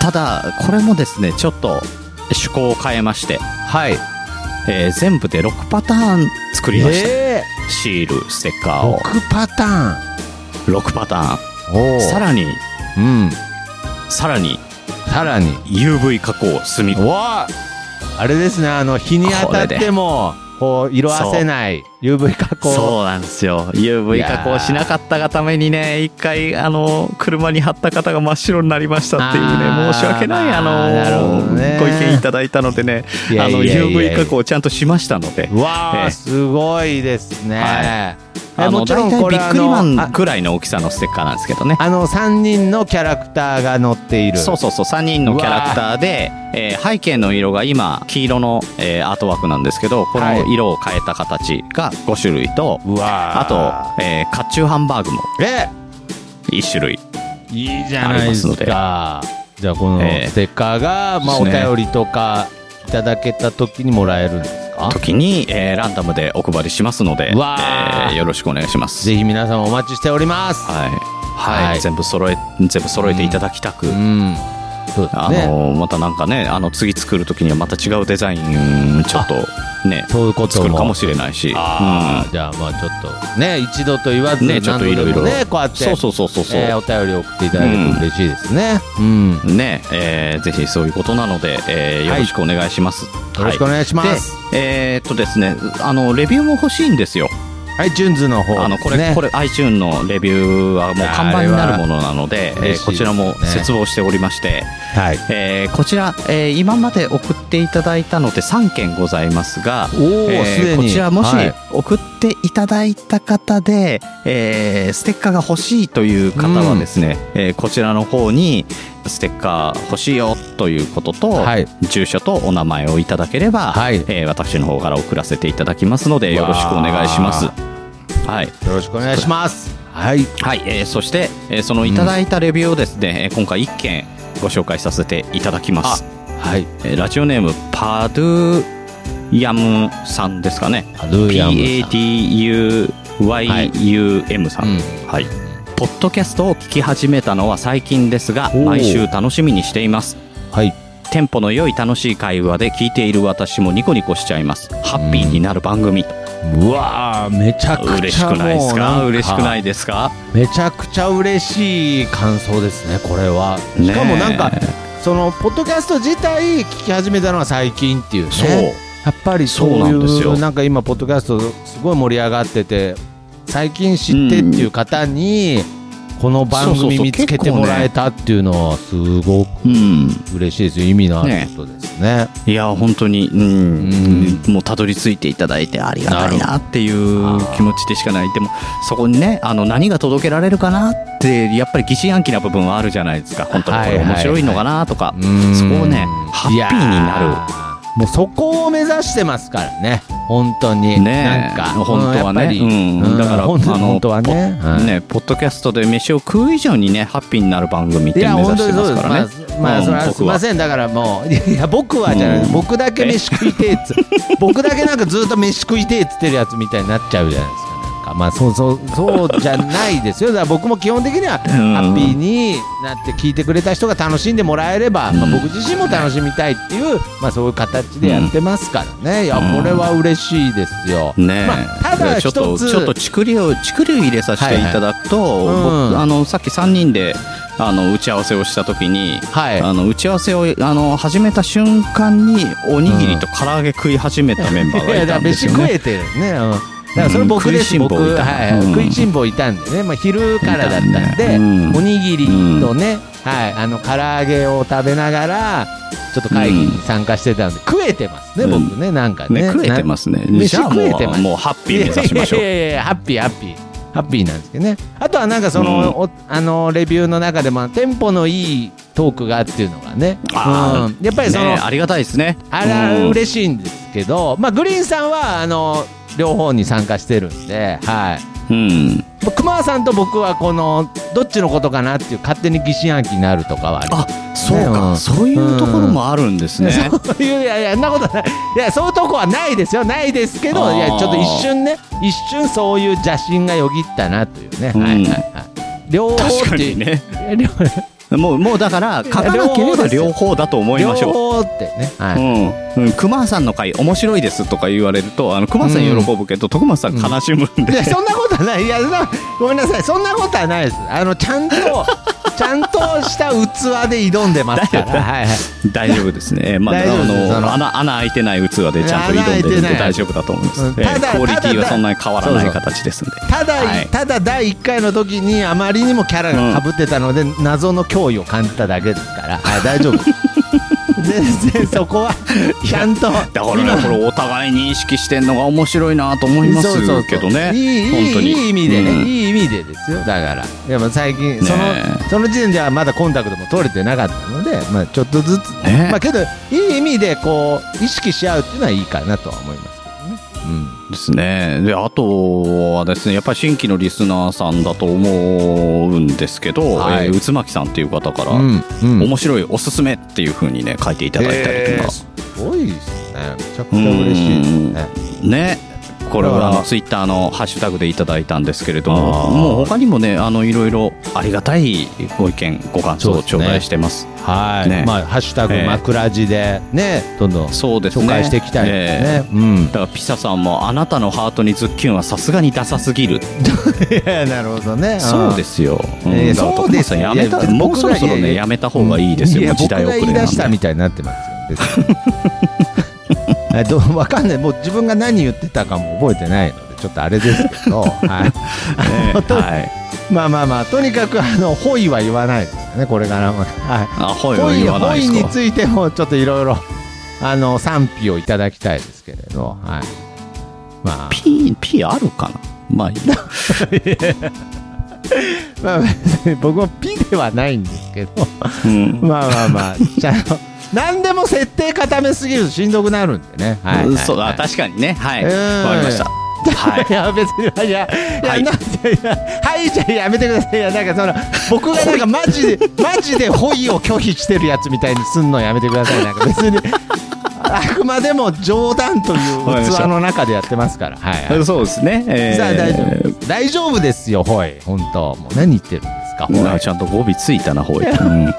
[SPEAKER 1] ただ、これもですね、ちょっと趣向を変えまして、
[SPEAKER 2] はい。
[SPEAKER 1] えー全部で6パターン作りました。
[SPEAKER 2] え
[SPEAKER 1] シール、ステッカー
[SPEAKER 2] ー、
[SPEAKER 1] を
[SPEAKER 2] 6パタ
[SPEAKER 1] 6パター
[SPEAKER 2] ーン。お
[SPEAKER 1] ン。さ
[SPEAKER 2] ら
[SPEAKER 1] らに、
[SPEAKER 2] うん。
[SPEAKER 1] さらに
[SPEAKER 2] さらに。
[SPEAKER 1] UV 加工、墨。
[SPEAKER 2] おわあれですね、あの、日に当たっても、こう、色あせない UV 加工。
[SPEAKER 1] そうなんですよ。
[SPEAKER 2] い
[SPEAKER 1] UV
[SPEAKER 2] やー
[SPEAKER 1] 加工しなかったがためにね、一回、あの、車に貼った方が真っ白になりましたっていう
[SPEAKER 2] あ
[SPEAKER 1] ね、
[SPEAKER 2] ー
[SPEAKER 1] 申し訳ない、あ
[SPEAKER 2] なるほど
[SPEAKER 1] の、
[SPEAKER 2] ね
[SPEAKER 1] ご意見いただいたのでね、
[SPEAKER 2] いや
[SPEAKER 1] あ
[SPEAKER 2] いや
[SPEAKER 1] の、
[SPEAKER 2] いやいや
[SPEAKER 1] UV 加工をちゃんとしましたので、
[SPEAKER 2] わ
[SPEAKER 1] ええ
[SPEAKER 2] あ、すごいですね。え
[SPEAKER 1] あの、
[SPEAKER 2] もちろん
[SPEAKER 1] 大体
[SPEAKER 2] これ
[SPEAKER 1] ビックリマ
[SPEAKER 2] あ
[SPEAKER 1] ン
[SPEAKER 2] の
[SPEAKER 1] ぐらいの大きさのステッカーなんですけどね。
[SPEAKER 2] あの、3人のキャラクターが乗っている。
[SPEAKER 1] そうそうそう、3人のキャラクターで、えー背景の色が今、黄色の、えーアートワークなんですけど、こ
[SPEAKER 2] は
[SPEAKER 1] の
[SPEAKER 2] い
[SPEAKER 1] 色を変えた形が5種類と、
[SPEAKER 2] うわ
[SPEAKER 1] あと、えー、甲冑ハンバーグも
[SPEAKER 2] と、え
[SPEAKER 1] 1種類。
[SPEAKER 2] いいじゃないですか。じゃあ、この
[SPEAKER 1] ええ
[SPEAKER 2] ステッカーが、まあ、お
[SPEAKER 1] ですね
[SPEAKER 2] 便りとか、いただけた時にもらえるんですか
[SPEAKER 1] 時に、えーランダムでお配りしますので、え
[SPEAKER 2] うわ
[SPEAKER 1] ー
[SPEAKER 2] ー
[SPEAKER 1] よろしくお願いします。
[SPEAKER 2] ぜひ皆さんお待ちしております。
[SPEAKER 1] はい。はい。
[SPEAKER 2] はい
[SPEAKER 1] 全部揃え、全部揃えていただきたく。
[SPEAKER 2] うん。そうですね。
[SPEAKER 1] あのーまたなんかね、あの、次作るときにはまた違うデザイン、ちょっと、ね、
[SPEAKER 2] そういうこと
[SPEAKER 1] 作るかもしれないし。
[SPEAKER 2] ああ、じゃあまあちょっとね一度と言わず
[SPEAKER 1] ねちょっと
[SPEAKER 2] 何度でも
[SPEAKER 1] いろい
[SPEAKER 2] ねこうやっ
[SPEAKER 1] うん
[SPEAKER 2] て
[SPEAKER 1] そうそうそうそうそう。
[SPEAKER 2] えーお便りを送っていただけると嬉しいですね。うん、よ
[SPEAKER 1] ね、えーぜひそういうことなので、えーよろしくお願いします。はい、
[SPEAKER 2] ろしくお願いします。
[SPEAKER 1] で、えーっとですね、あの、レビューも欲しいんですよ。
[SPEAKER 2] はい、ジュンズの方
[SPEAKER 1] あの、これ、
[SPEAKER 2] ですね
[SPEAKER 1] これ、iTune のレビューはもう看板になるものなので、
[SPEAKER 2] あれは
[SPEAKER 1] えーこちらも
[SPEAKER 2] 嬉しいです
[SPEAKER 1] 切望しておりまして、
[SPEAKER 2] はい。
[SPEAKER 1] えーこちら、えー今まで送っていただいたので3件ございますが、
[SPEAKER 2] おお、
[SPEAKER 1] えー
[SPEAKER 2] すでに
[SPEAKER 1] こちらもし
[SPEAKER 2] はい
[SPEAKER 1] 送っていただいた方で、えーステッカーが欲しいという方はですね、えーこちらの方にステッカー欲しいよということと、
[SPEAKER 2] はい
[SPEAKER 1] 住所とお名前をいただければ、
[SPEAKER 2] はい
[SPEAKER 1] えー私の方から送らせていただきますのでよろしくお願いします。はい、
[SPEAKER 2] よろしくお願いします。はい。
[SPEAKER 1] はいえーそして、えーそのいただいたレビューをですね、えー今回1件ご紹介させていただきます。
[SPEAKER 2] はい。
[SPEAKER 1] えーラジオネームパドゥヤムさんですかね。
[SPEAKER 2] アドゥヤムさん。
[SPEAKER 1] PADUYUM さん、
[SPEAKER 2] うん
[SPEAKER 1] はいポッドキャストを聞き始めたのは最近ですが
[SPEAKER 2] おー
[SPEAKER 1] 毎週楽しみにしています
[SPEAKER 2] はい。
[SPEAKER 1] テンポの良い楽しい会話で聞いている私もニコニコしちゃいますハッピーになる番組、
[SPEAKER 2] うわーめちゃくちゃ
[SPEAKER 1] 嬉しくないですか
[SPEAKER 2] もう
[SPEAKER 1] 嬉しくないいですか
[SPEAKER 2] めちゃくちゃ嬉しい感想ですねこれは
[SPEAKER 1] ねえ
[SPEAKER 2] しかもなんかそのポッドキャスト自体聞き始めたのは最近っていうねやっぱりそう
[SPEAKER 1] そう
[SPEAKER 2] い
[SPEAKER 1] なん
[SPEAKER 2] う
[SPEAKER 1] ですよ
[SPEAKER 2] なんか今ポッドキャストすごい盛り上がってて最近知ってっていう方にこの番
[SPEAKER 1] そうそう
[SPEAKER 2] 組
[SPEAKER 1] そう
[SPEAKER 2] 見つけてもらえたっていうのはすごく
[SPEAKER 1] うん
[SPEAKER 2] 嬉しいですよ意味のあることですね
[SPEAKER 1] いや本当に、うん
[SPEAKER 2] う
[SPEAKER 1] もうたどり着いていただいてありがたいなっていう気持ちでしかないでもそこにねあの何が届けられるかなってやっぱり疑心暗鬼な部分はあるじゃないですか本当にこれ
[SPEAKER 2] はいはいはい
[SPEAKER 1] 面白いのかなとか、
[SPEAKER 2] うん
[SPEAKER 1] そこをねハッピーに
[SPEAKER 2] い
[SPEAKER 1] な
[SPEAKER 2] や
[SPEAKER 1] る
[SPEAKER 2] ーもうそこを目指してますからね本当に
[SPEAKER 1] ね
[SPEAKER 2] なんか
[SPEAKER 1] 本当はね、
[SPEAKER 2] うんやっぱり
[SPEAKER 1] うんだから
[SPEAKER 2] うん本当
[SPEAKER 1] あの
[SPEAKER 2] 本当はね
[SPEAKER 1] ポ
[SPEAKER 2] はい
[SPEAKER 1] ねポッドキャストで飯を食う以上にねハッピーになる番組って
[SPEAKER 2] い
[SPEAKER 1] 目
[SPEAKER 2] や
[SPEAKER 1] 指
[SPEAKER 2] 本
[SPEAKER 1] し
[SPEAKER 2] 当
[SPEAKER 1] て
[SPEAKER 2] に
[SPEAKER 1] ま
[SPEAKER 2] そう
[SPEAKER 1] す
[SPEAKER 2] です
[SPEAKER 1] か
[SPEAKER 2] ま
[SPEAKER 1] らね
[SPEAKER 2] あまあそれは
[SPEAKER 1] うん
[SPEAKER 2] すいませんだからもう いや僕はじゃない、
[SPEAKER 1] うん
[SPEAKER 2] 僕だけ飯食いてえっつ 僕だけなんかずっと飯食いてえっつってるやつみたいになっちゃうじゃないですかなんかまあそうそうそうじゃないですよだから僕も基本的には
[SPEAKER 1] ん
[SPEAKER 2] ハッピーになって聞いてくれた人が楽しんでもらえれば、まあ、僕自身も楽しみたいっていう、まあ、そういう形でやってますからね、いや
[SPEAKER 1] うん
[SPEAKER 2] これは嬉しいですよ、
[SPEAKER 1] ねえ、
[SPEAKER 2] まあただ
[SPEAKER 1] ちょっと
[SPEAKER 2] 一つ
[SPEAKER 1] ちょっとちくりをちくりを入れさせていただくと、
[SPEAKER 2] はいうん
[SPEAKER 1] 僕あのさっき3人であの打ち合わせをした時に、
[SPEAKER 2] はい
[SPEAKER 1] あの打ち合わせをあの始めた瞬間におにぎりと唐揚げ食い始めたメンバー
[SPEAKER 2] い
[SPEAKER 1] が
[SPEAKER 2] や
[SPEAKER 1] い
[SPEAKER 2] だ
[SPEAKER 1] た
[SPEAKER 2] か
[SPEAKER 1] ん
[SPEAKER 2] ら
[SPEAKER 1] で
[SPEAKER 2] 飯
[SPEAKER 1] すよ
[SPEAKER 2] 食
[SPEAKER 1] ね。
[SPEAKER 2] えてるね、うん、だからそれ僕です、
[SPEAKER 1] うん
[SPEAKER 2] 僕、
[SPEAKER 1] 食いしん坊いた
[SPEAKER 2] はい
[SPEAKER 1] うん
[SPEAKER 2] 食いしん坊いたんでね、まあ、昼からだったんで、
[SPEAKER 1] いたんだねうん
[SPEAKER 2] おにぎりとね、はい、あの唐揚げを食べながらちょっと会議に参加してたんで、食えてますね、
[SPEAKER 1] うん
[SPEAKER 2] 僕ねなんかね
[SPEAKER 1] ね食えてますね。じ
[SPEAKER 2] 飯
[SPEAKER 1] ゃあも
[SPEAKER 2] 食えてま
[SPEAKER 1] う
[SPEAKER 2] す
[SPEAKER 1] もうハッピー目指しましょう
[SPEAKER 2] い。やいやいやハッピーハッピーハハッピーなんですけどね。あとはなんかその、
[SPEAKER 1] うん
[SPEAKER 2] おあの、レビューの中でも、テンポのいいトークがっていうのがね。
[SPEAKER 1] あ
[SPEAKER 2] うん、やっぱりその、
[SPEAKER 1] ねえありがたいですね。
[SPEAKER 2] あら、
[SPEAKER 1] うん
[SPEAKER 2] 嬉しいんですけど、まあ、グリーンさんは、あの、両方に参加してるんで、はい。
[SPEAKER 1] うん。
[SPEAKER 2] まあ熊谷さんと僕は、この、どっちのことかなっていう、勝手に疑心暗鬼になるとかはあります
[SPEAKER 1] あ、そう
[SPEAKER 2] う
[SPEAKER 1] か。
[SPEAKER 2] ん
[SPEAKER 1] そういうところもあるんですね。
[SPEAKER 2] そう いう、いやいや、そんなことない。いや、そういうとこはないですよ。ないですけ
[SPEAKER 1] あ
[SPEAKER 2] ど、
[SPEAKER 1] ー
[SPEAKER 2] いや、ちょっと一瞬ね、一瞬そういう邪心がよぎったなというね。
[SPEAKER 1] うん
[SPEAKER 2] はいはいはい。両方
[SPEAKER 1] 確
[SPEAKER 2] っ
[SPEAKER 1] か
[SPEAKER 2] ていう
[SPEAKER 1] に。ね。
[SPEAKER 2] いや両
[SPEAKER 1] もう、もうだから、書かなければ両方だと思いましょう
[SPEAKER 2] 両。方ってね。はい。
[SPEAKER 1] うん、うん、熊さんの回面白いですとか言われるとあの熊さん喜ぶけど、徳松さん悲しむんで、
[SPEAKER 2] いや、そんなことはない。いや、そんなごめんなさい。そんなことはないです。あの、ちゃ んと、ちゃんとした器で挑んでますから。はいはい。
[SPEAKER 1] 大丈夫ですね、えーまあ、あ
[SPEAKER 2] 大丈夫ですそ
[SPEAKER 1] の
[SPEAKER 2] の
[SPEAKER 1] 穴穴開いてない器でちゃんと挑んでるんで大丈夫だと思います、
[SPEAKER 2] うん
[SPEAKER 1] えー
[SPEAKER 2] ただ
[SPEAKER 1] クオリティはそんなに変わらな
[SPEAKER 2] た
[SPEAKER 1] い
[SPEAKER 2] だ
[SPEAKER 1] 形ですんで
[SPEAKER 2] ただ、
[SPEAKER 1] はい
[SPEAKER 2] ただ第1回の時にあまりにもキャラが被ってたので、謎の脅威を感じただけですから、はい、大 丈夫全然そこはちゃん
[SPEAKER 1] だ
[SPEAKER 2] と
[SPEAKER 1] からねこれお互いに意識してんのが面白いなと思います
[SPEAKER 2] そうそうそう
[SPEAKER 1] けどね
[SPEAKER 2] いいい
[SPEAKER 1] 本当に
[SPEAKER 2] いいい意味でね、
[SPEAKER 1] うん
[SPEAKER 2] いい意味でですよだからでも最近
[SPEAKER 1] ね
[SPEAKER 2] その,、その時点ではまだコンタクトも取れてなかったので、まあ、ちょっとずつ、
[SPEAKER 1] ね
[SPEAKER 2] まあ、けどいい意味でこう意識し合うっていうのはいいかなとは思いますけどね、うん
[SPEAKER 1] ですねであとはですねやっぱり新規のリスナーさんだと思うんですけど、
[SPEAKER 2] はい
[SPEAKER 1] えー、渦巻さんっていう方から、
[SPEAKER 2] うんうん、
[SPEAKER 1] 面白いおすすめっていう風にね書いていただいたりとか、
[SPEAKER 2] すごいですねめちゃくちゃ嬉しいですね
[SPEAKER 1] ねこれ
[SPEAKER 2] だ
[SPEAKER 1] は
[SPEAKER 2] から
[SPEAKER 1] あのツイッターのハッシュタグでいただいたんですけれども
[SPEAKER 2] あー
[SPEAKER 1] もう他にもねあのいろいろありがたいご意見ご感想
[SPEAKER 2] そう
[SPEAKER 1] を
[SPEAKER 2] です
[SPEAKER 1] 頂
[SPEAKER 2] ね
[SPEAKER 1] 戴してます
[SPEAKER 2] はい、
[SPEAKER 1] ね
[SPEAKER 2] まあハッシュタグ
[SPEAKER 1] ええ
[SPEAKER 2] 枕地でね、どんどん紹
[SPEAKER 1] そうですね
[SPEAKER 2] 介していきたいです
[SPEAKER 1] え
[SPEAKER 2] ね。
[SPEAKER 1] えだからピサさんも「あなたのハートにズッキュンはさすがにダサすぎる
[SPEAKER 2] うん、 いやなるほどね。」。
[SPEAKER 1] そうですすよ、うん
[SPEAKER 2] ええ
[SPEAKER 1] だから
[SPEAKER 2] そうで
[SPEAKER 1] 徳松
[SPEAKER 2] す
[SPEAKER 1] さんやめ
[SPEAKER 2] い
[SPEAKER 1] た
[SPEAKER 2] や
[SPEAKER 1] もう
[SPEAKER 2] 僕
[SPEAKER 1] そ
[SPEAKER 2] が
[SPEAKER 1] ろそろ
[SPEAKER 2] いや
[SPEAKER 1] ね
[SPEAKER 2] いや
[SPEAKER 1] やめた方がいいですよ
[SPEAKER 2] い
[SPEAKER 1] も
[SPEAKER 2] や
[SPEAKER 1] う時
[SPEAKER 2] 僕
[SPEAKER 1] 代
[SPEAKER 2] が
[SPEAKER 1] 遅れ
[SPEAKER 2] 言い
[SPEAKER 1] な
[SPEAKER 2] 出した
[SPEAKER 1] ん
[SPEAKER 2] み
[SPEAKER 1] で
[SPEAKER 2] たいになってます よ。別にえどうわかんない。もう自分が何言ってたかも覚えてないのでちょっとあれですけ ど、はい。
[SPEAKER 1] ええはい
[SPEAKER 2] まあまあまあとにかくあのホイは言わないですね。これからもはい。
[SPEAKER 1] あほい
[SPEAKER 2] ホ
[SPEAKER 1] は
[SPEAKER 2] イ
[SPEAKER 1] 言わないです
[SPEAKER 2] ホイに
[SPEAKER 1] か
[SPEAKER 2] ついてもちょっといろいろあの賛否をいただきたいですけれど、はい。まあ。
[SPEAKER 1] ピーピーあるかなまあいい や
[SPEAKER 2] まあ、 別に僕もピではないんですけど、
[SPEAKER 1] うん
[SPEAKER 2] まあま あまあ、じゃああの、何でも設定固めすぎるとしんどくなるんでね。はいはいはい、
[SPEAKER 1] そうあ確かにねはい
[SPEAKER 2] えー
[SPEAKER 1] わかりましたはい
[SPEAKER 2] いや別にいやいや、
[SPEAKER 1] はい
[SPEAKER 2] い、なんでいやはいじゃあやめてくださいいやなんかその僕がなんかマジでマジでホイを拒否してるやつみたいにすんのやめてくださいなんか 別にあくまでも冗談という
[SPEAKER 1] わかりました
[SPEAKER 2] 器の中でやってますからはい、はい
[SPEAKER 1] そうですね。えー
[SPEAKER 2] さあ大丈夫です大丈夫ですよホイ本当もう何言ってるんですかホイ
[SPEAKER 1] なちゃんと語尾ついたな、ほい。うん はい。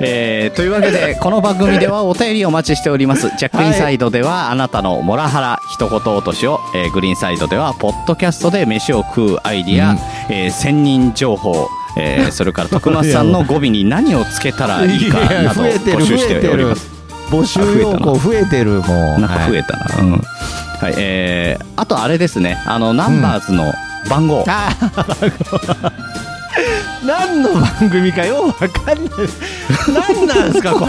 [SPEAKER 1] えーというわけで、この番組ではお便りお待ちしております。ジャックインサイドでは、あなたのモラハラ、一言落としを、えーグリーンサイドでは、ポッドキャストで飯を食うアイディア、
[SPEAKER 2] うん
[SPEAKER 1] えー専任情報、えーそれから徳松さんの語尾に何をつけたらいいかなど
[SPEAKER 2] 増えて
[SPEAKER 1] 募
[SPEAKER 2] る増
[SPEAKER 1] 集し
[SPEAKER 2] え
[SPEAKER 1] て
[SPEAKER 2] て
[SPEAKER 1] おり
[SPEAKER 2] る
[SPEAKER 1] ます。
[SPEAKER 2] 募集要項増えてるもう
[SPEAKER 1] なんか増えたな。うん。はい。えーあとあれですね、あの、ナンバーズの番号。
[SPEAKER 2] あー 何の番組かようわかんない何なんですかこの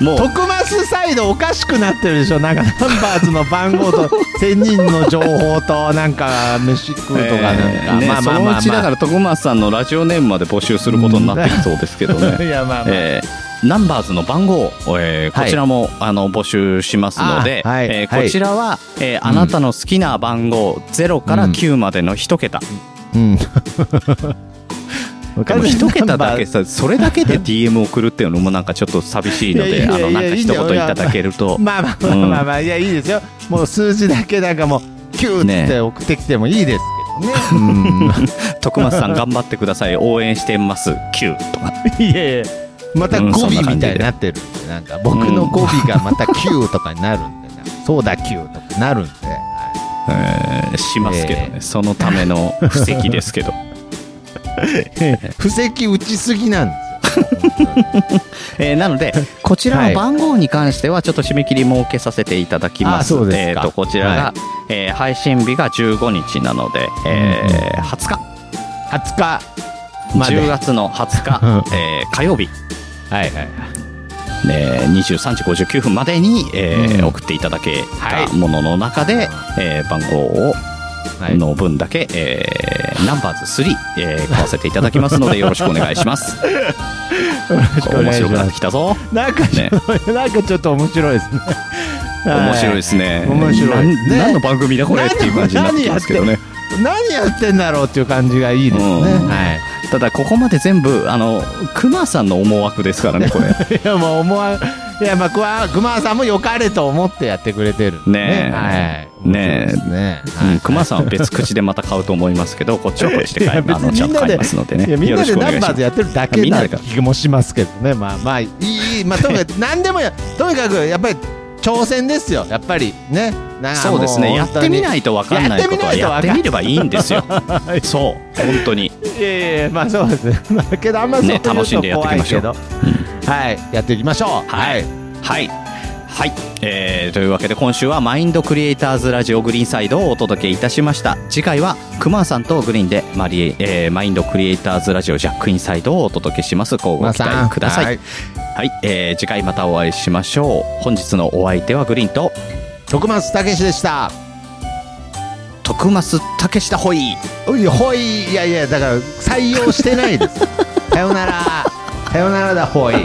[SPEAKER 1] もう
[SPEAKER 2] 徳マスサイドおかしくなってるでしょなんかナンバーズの番号 と千人の情報となんか飯食うとかなん
[SPEAKER 1] え
[SPEAKER 2] か、
[SPEAKER 1] ーね
[SPEAKER 2] まあまあ
[SPEAKER 1] そ
[SPEAKER 2] ま
[SPEAKER 1] のう
[SPEAKER 2] あ
[SPEAKER 1] ちだか
[SPEAKER 2] まあ、
[SPEAKER 1] ら徳松さんのラジオネームまで募集することになってきそうですけどね
[SPEAKER 2] いやまあまあ、
[SPEAKER 1] えーナンバーズの番号を、えー
[SPEAKER 2] はい
[SPEAKER 1] こちらも、あの募集しますので、
[SPEAKER 2] あはい
[SPEAKER 1] えー
[SPEAKER 2] はい
[SPEAKER 1] こちらは、えーあなたの好きな番号0から
[SPEAKER 2] うん
[SPEAKER 1] 9までの1桁、
[SPEAKER 2] うん
[SPEAKER 1] でも1桁だけさそれだけで DM 送るっていうのもなんかちょっと寂しいの
[SPEAKER 2] いや
[SPEAKER 1] で
[SPEAKER 2] いや
[SPEAKER 1] あ
[SPEAKER 2] いや
[SPEAKER 1] のなんか
[SPEAKER 2] いい
[SPEAKER 1] 一
[SPEAKER 2] んだよ
[SPEAKER 1] 言いただけると
[SPEAKER 2] まあまあまあまあまあ、いやいいですよもう数字だけなんかもう9
[SPEAKER 1] ね
[SPEAKER 2] って送ってきてもいいですけどねうん
[SPEAKER 1] 徳松さん頑張ってください応援してます9とか
[SPEAKER 2] いやいやまた
[SPEAKER 1] うん
[SPEAKER 2] 語
[SPEAKER 1] そんな
[SPEAKER 2] 尾
[SPEAKER 1] 感じで
[SPEAKER 2] みたいになってるんでなんか僕の語尾がまた Q とかになるんでなそうだ Q とかなるんでは
[SPEAKER 1] えーしますけどね、
[SPEAKER 2] えー
[SPEAKER 1] そのための布石ですけど
[SPEAKER 2] い布石打ちすぎなんですよ
[SPEAKER 1] えーなので、こちらの番号に関しては、ちょっと締め切り設けさせていただきます。
[SPEAKER 2] あそうですか
[SPEAKER 1] えーと、こちらが、
[SPEAKER 2] は
[SPEAKER 1] えー配信日が15日なので、えー20日、
[SPEAKER 2] 20日まで
[SPEAKER 1] 10月の20日、 えー火曜日、
[SPEAKER 2] はいはい
[SPEAKER 1] えー23時59分までに、えー
[SPEAKER 2] うん
[SPEAKER 1] 送っていただけ
[SPEAKER 2] は
[SPEAKER 1] た
[SPEAKER 2] い
[SPEAKER 1] ものの中で、えー番号を、
[SPEAKER 2] はい
[SPEAKER 1] の分だけ、えーナンバーズ3、えー買わせていただきますの でよろしくお願いします。面白くなってきたぞ。
[SPEAKER 2] なんか、
[SPEAKER 1] ね
[SPEAKER 2] なんかちょっと面白いですね。
[SPEAKER 1] 面白いですね。
[SPEAKER 2] 面白い
[SPEAKER 1] なん
[SPEAKER 2] ね
[SPEAKER 1] 何の番組だこれっていう感じになってきますけどね。
[SPEAKER 2] 何やってんだろうっていう感じがいいですね。
[SPEAKER 1] うん
[SPEAKER 2] はい。
[SPEAKER 1] ただここまで全部あのクマさんの思惑ですからね これ
[SPEAKER 2] いや、もう思わ、いや、まあ、くわ、熊さんも良かれと思ってやってくれてるんで
[SPEAKER 1] ねえ
[SPEAKER 2] はい。
[SPEAKER 1] ねえ
[SPEAKER 2] 面白いですね。
[SPEAKER 1] うんクマさんは別口でまた買うと思いますけどこっちはこっちで
[SPEAKER 2] い
[SPEAKER 1] 買
[SPEAKER 2] や
[SPEAKER 1] いあのちゃんと買いますので
[SPEAKER 2] いや
[SPEAKER 1] ね
[SPEAKER 2] みん
[SPEAKER 1] よ
[SPEAKER 2] な
[SPEAKER 1] ろし
[SPEAKER 2] で
[SPEAKER 1] くお
[SPEAKER 2] ナ
[SPEAKER 1] 願
[SPEAKER 2] ン
[SPEAKER 1] いし
[SPEAKER 2] バ
[SPEAKER 1] ま
[SPEAKER 2] ー
[SPEAKER 1] す
[SPEAKER 2] ズやってるだ
[SPEAKER 1] あみ
[SPEAKER 2] け
[SPEAKER 1] んなで
[SPEAKER 2] な
[SPEAKER 1] か
[SPEAKER 2] 気もしますけどね、まあまあいい、いいまあ、とにかく 何でもや、とにかくやっぱり挑戦ですよ、やっぱりね、なんか
[SPEAKER 1] そ
[SPEAKER 2] も
[SPEAKER 1] うですねやってみないいと分かんないことはやっ
[SPEAKER 2] やってて
[SPEAKER 1] み
[SPEAKER 2] み
[SPEAKER 1] ればいいんですよそう本当に
[SPEAKER 2] いやいやいや、まあ そうですね、まあけどあんまそういう
[SPEAKER 1] ね楽しんでや
[SPEAKER 2] と
[SPEAKER 1] ってい
[SPEAKER 2] 怖
[SPEAKER 1] き
[SPEAKER 2] い
[SPEAKER 1] ましょ
[SPEAKER 2] け
[SPEAKER 1] う
[SPEAKER 2] ど、はい、やっていきましょう、
[SPEAKER 1] はいはいはい、えー、というわけで今週はマインドクリエイターズラジオグリーンサイドをお届けいたしました次回はクマさんとグリーンでマリ、えーマインドクリエイターズラジオジャックインサイドをお届けします乞うご
[SPEAKER 2] 熊
[SPEAKER 1] 期
[SPEAKER 2] さん
[SPEAKER 1] 待ください
[SPEAKER 2] はい
[SPEAKER 1] はい、えー次回またお会いしましょう。本日のお相手はグリーンと、
[SPEAKER 2] 徳松たけしでした。
[SPEAKER 1] 徳増たけしだほい。
[SPEAKER 2] おいほいいやいやだから採用してないですさよならさよならだほい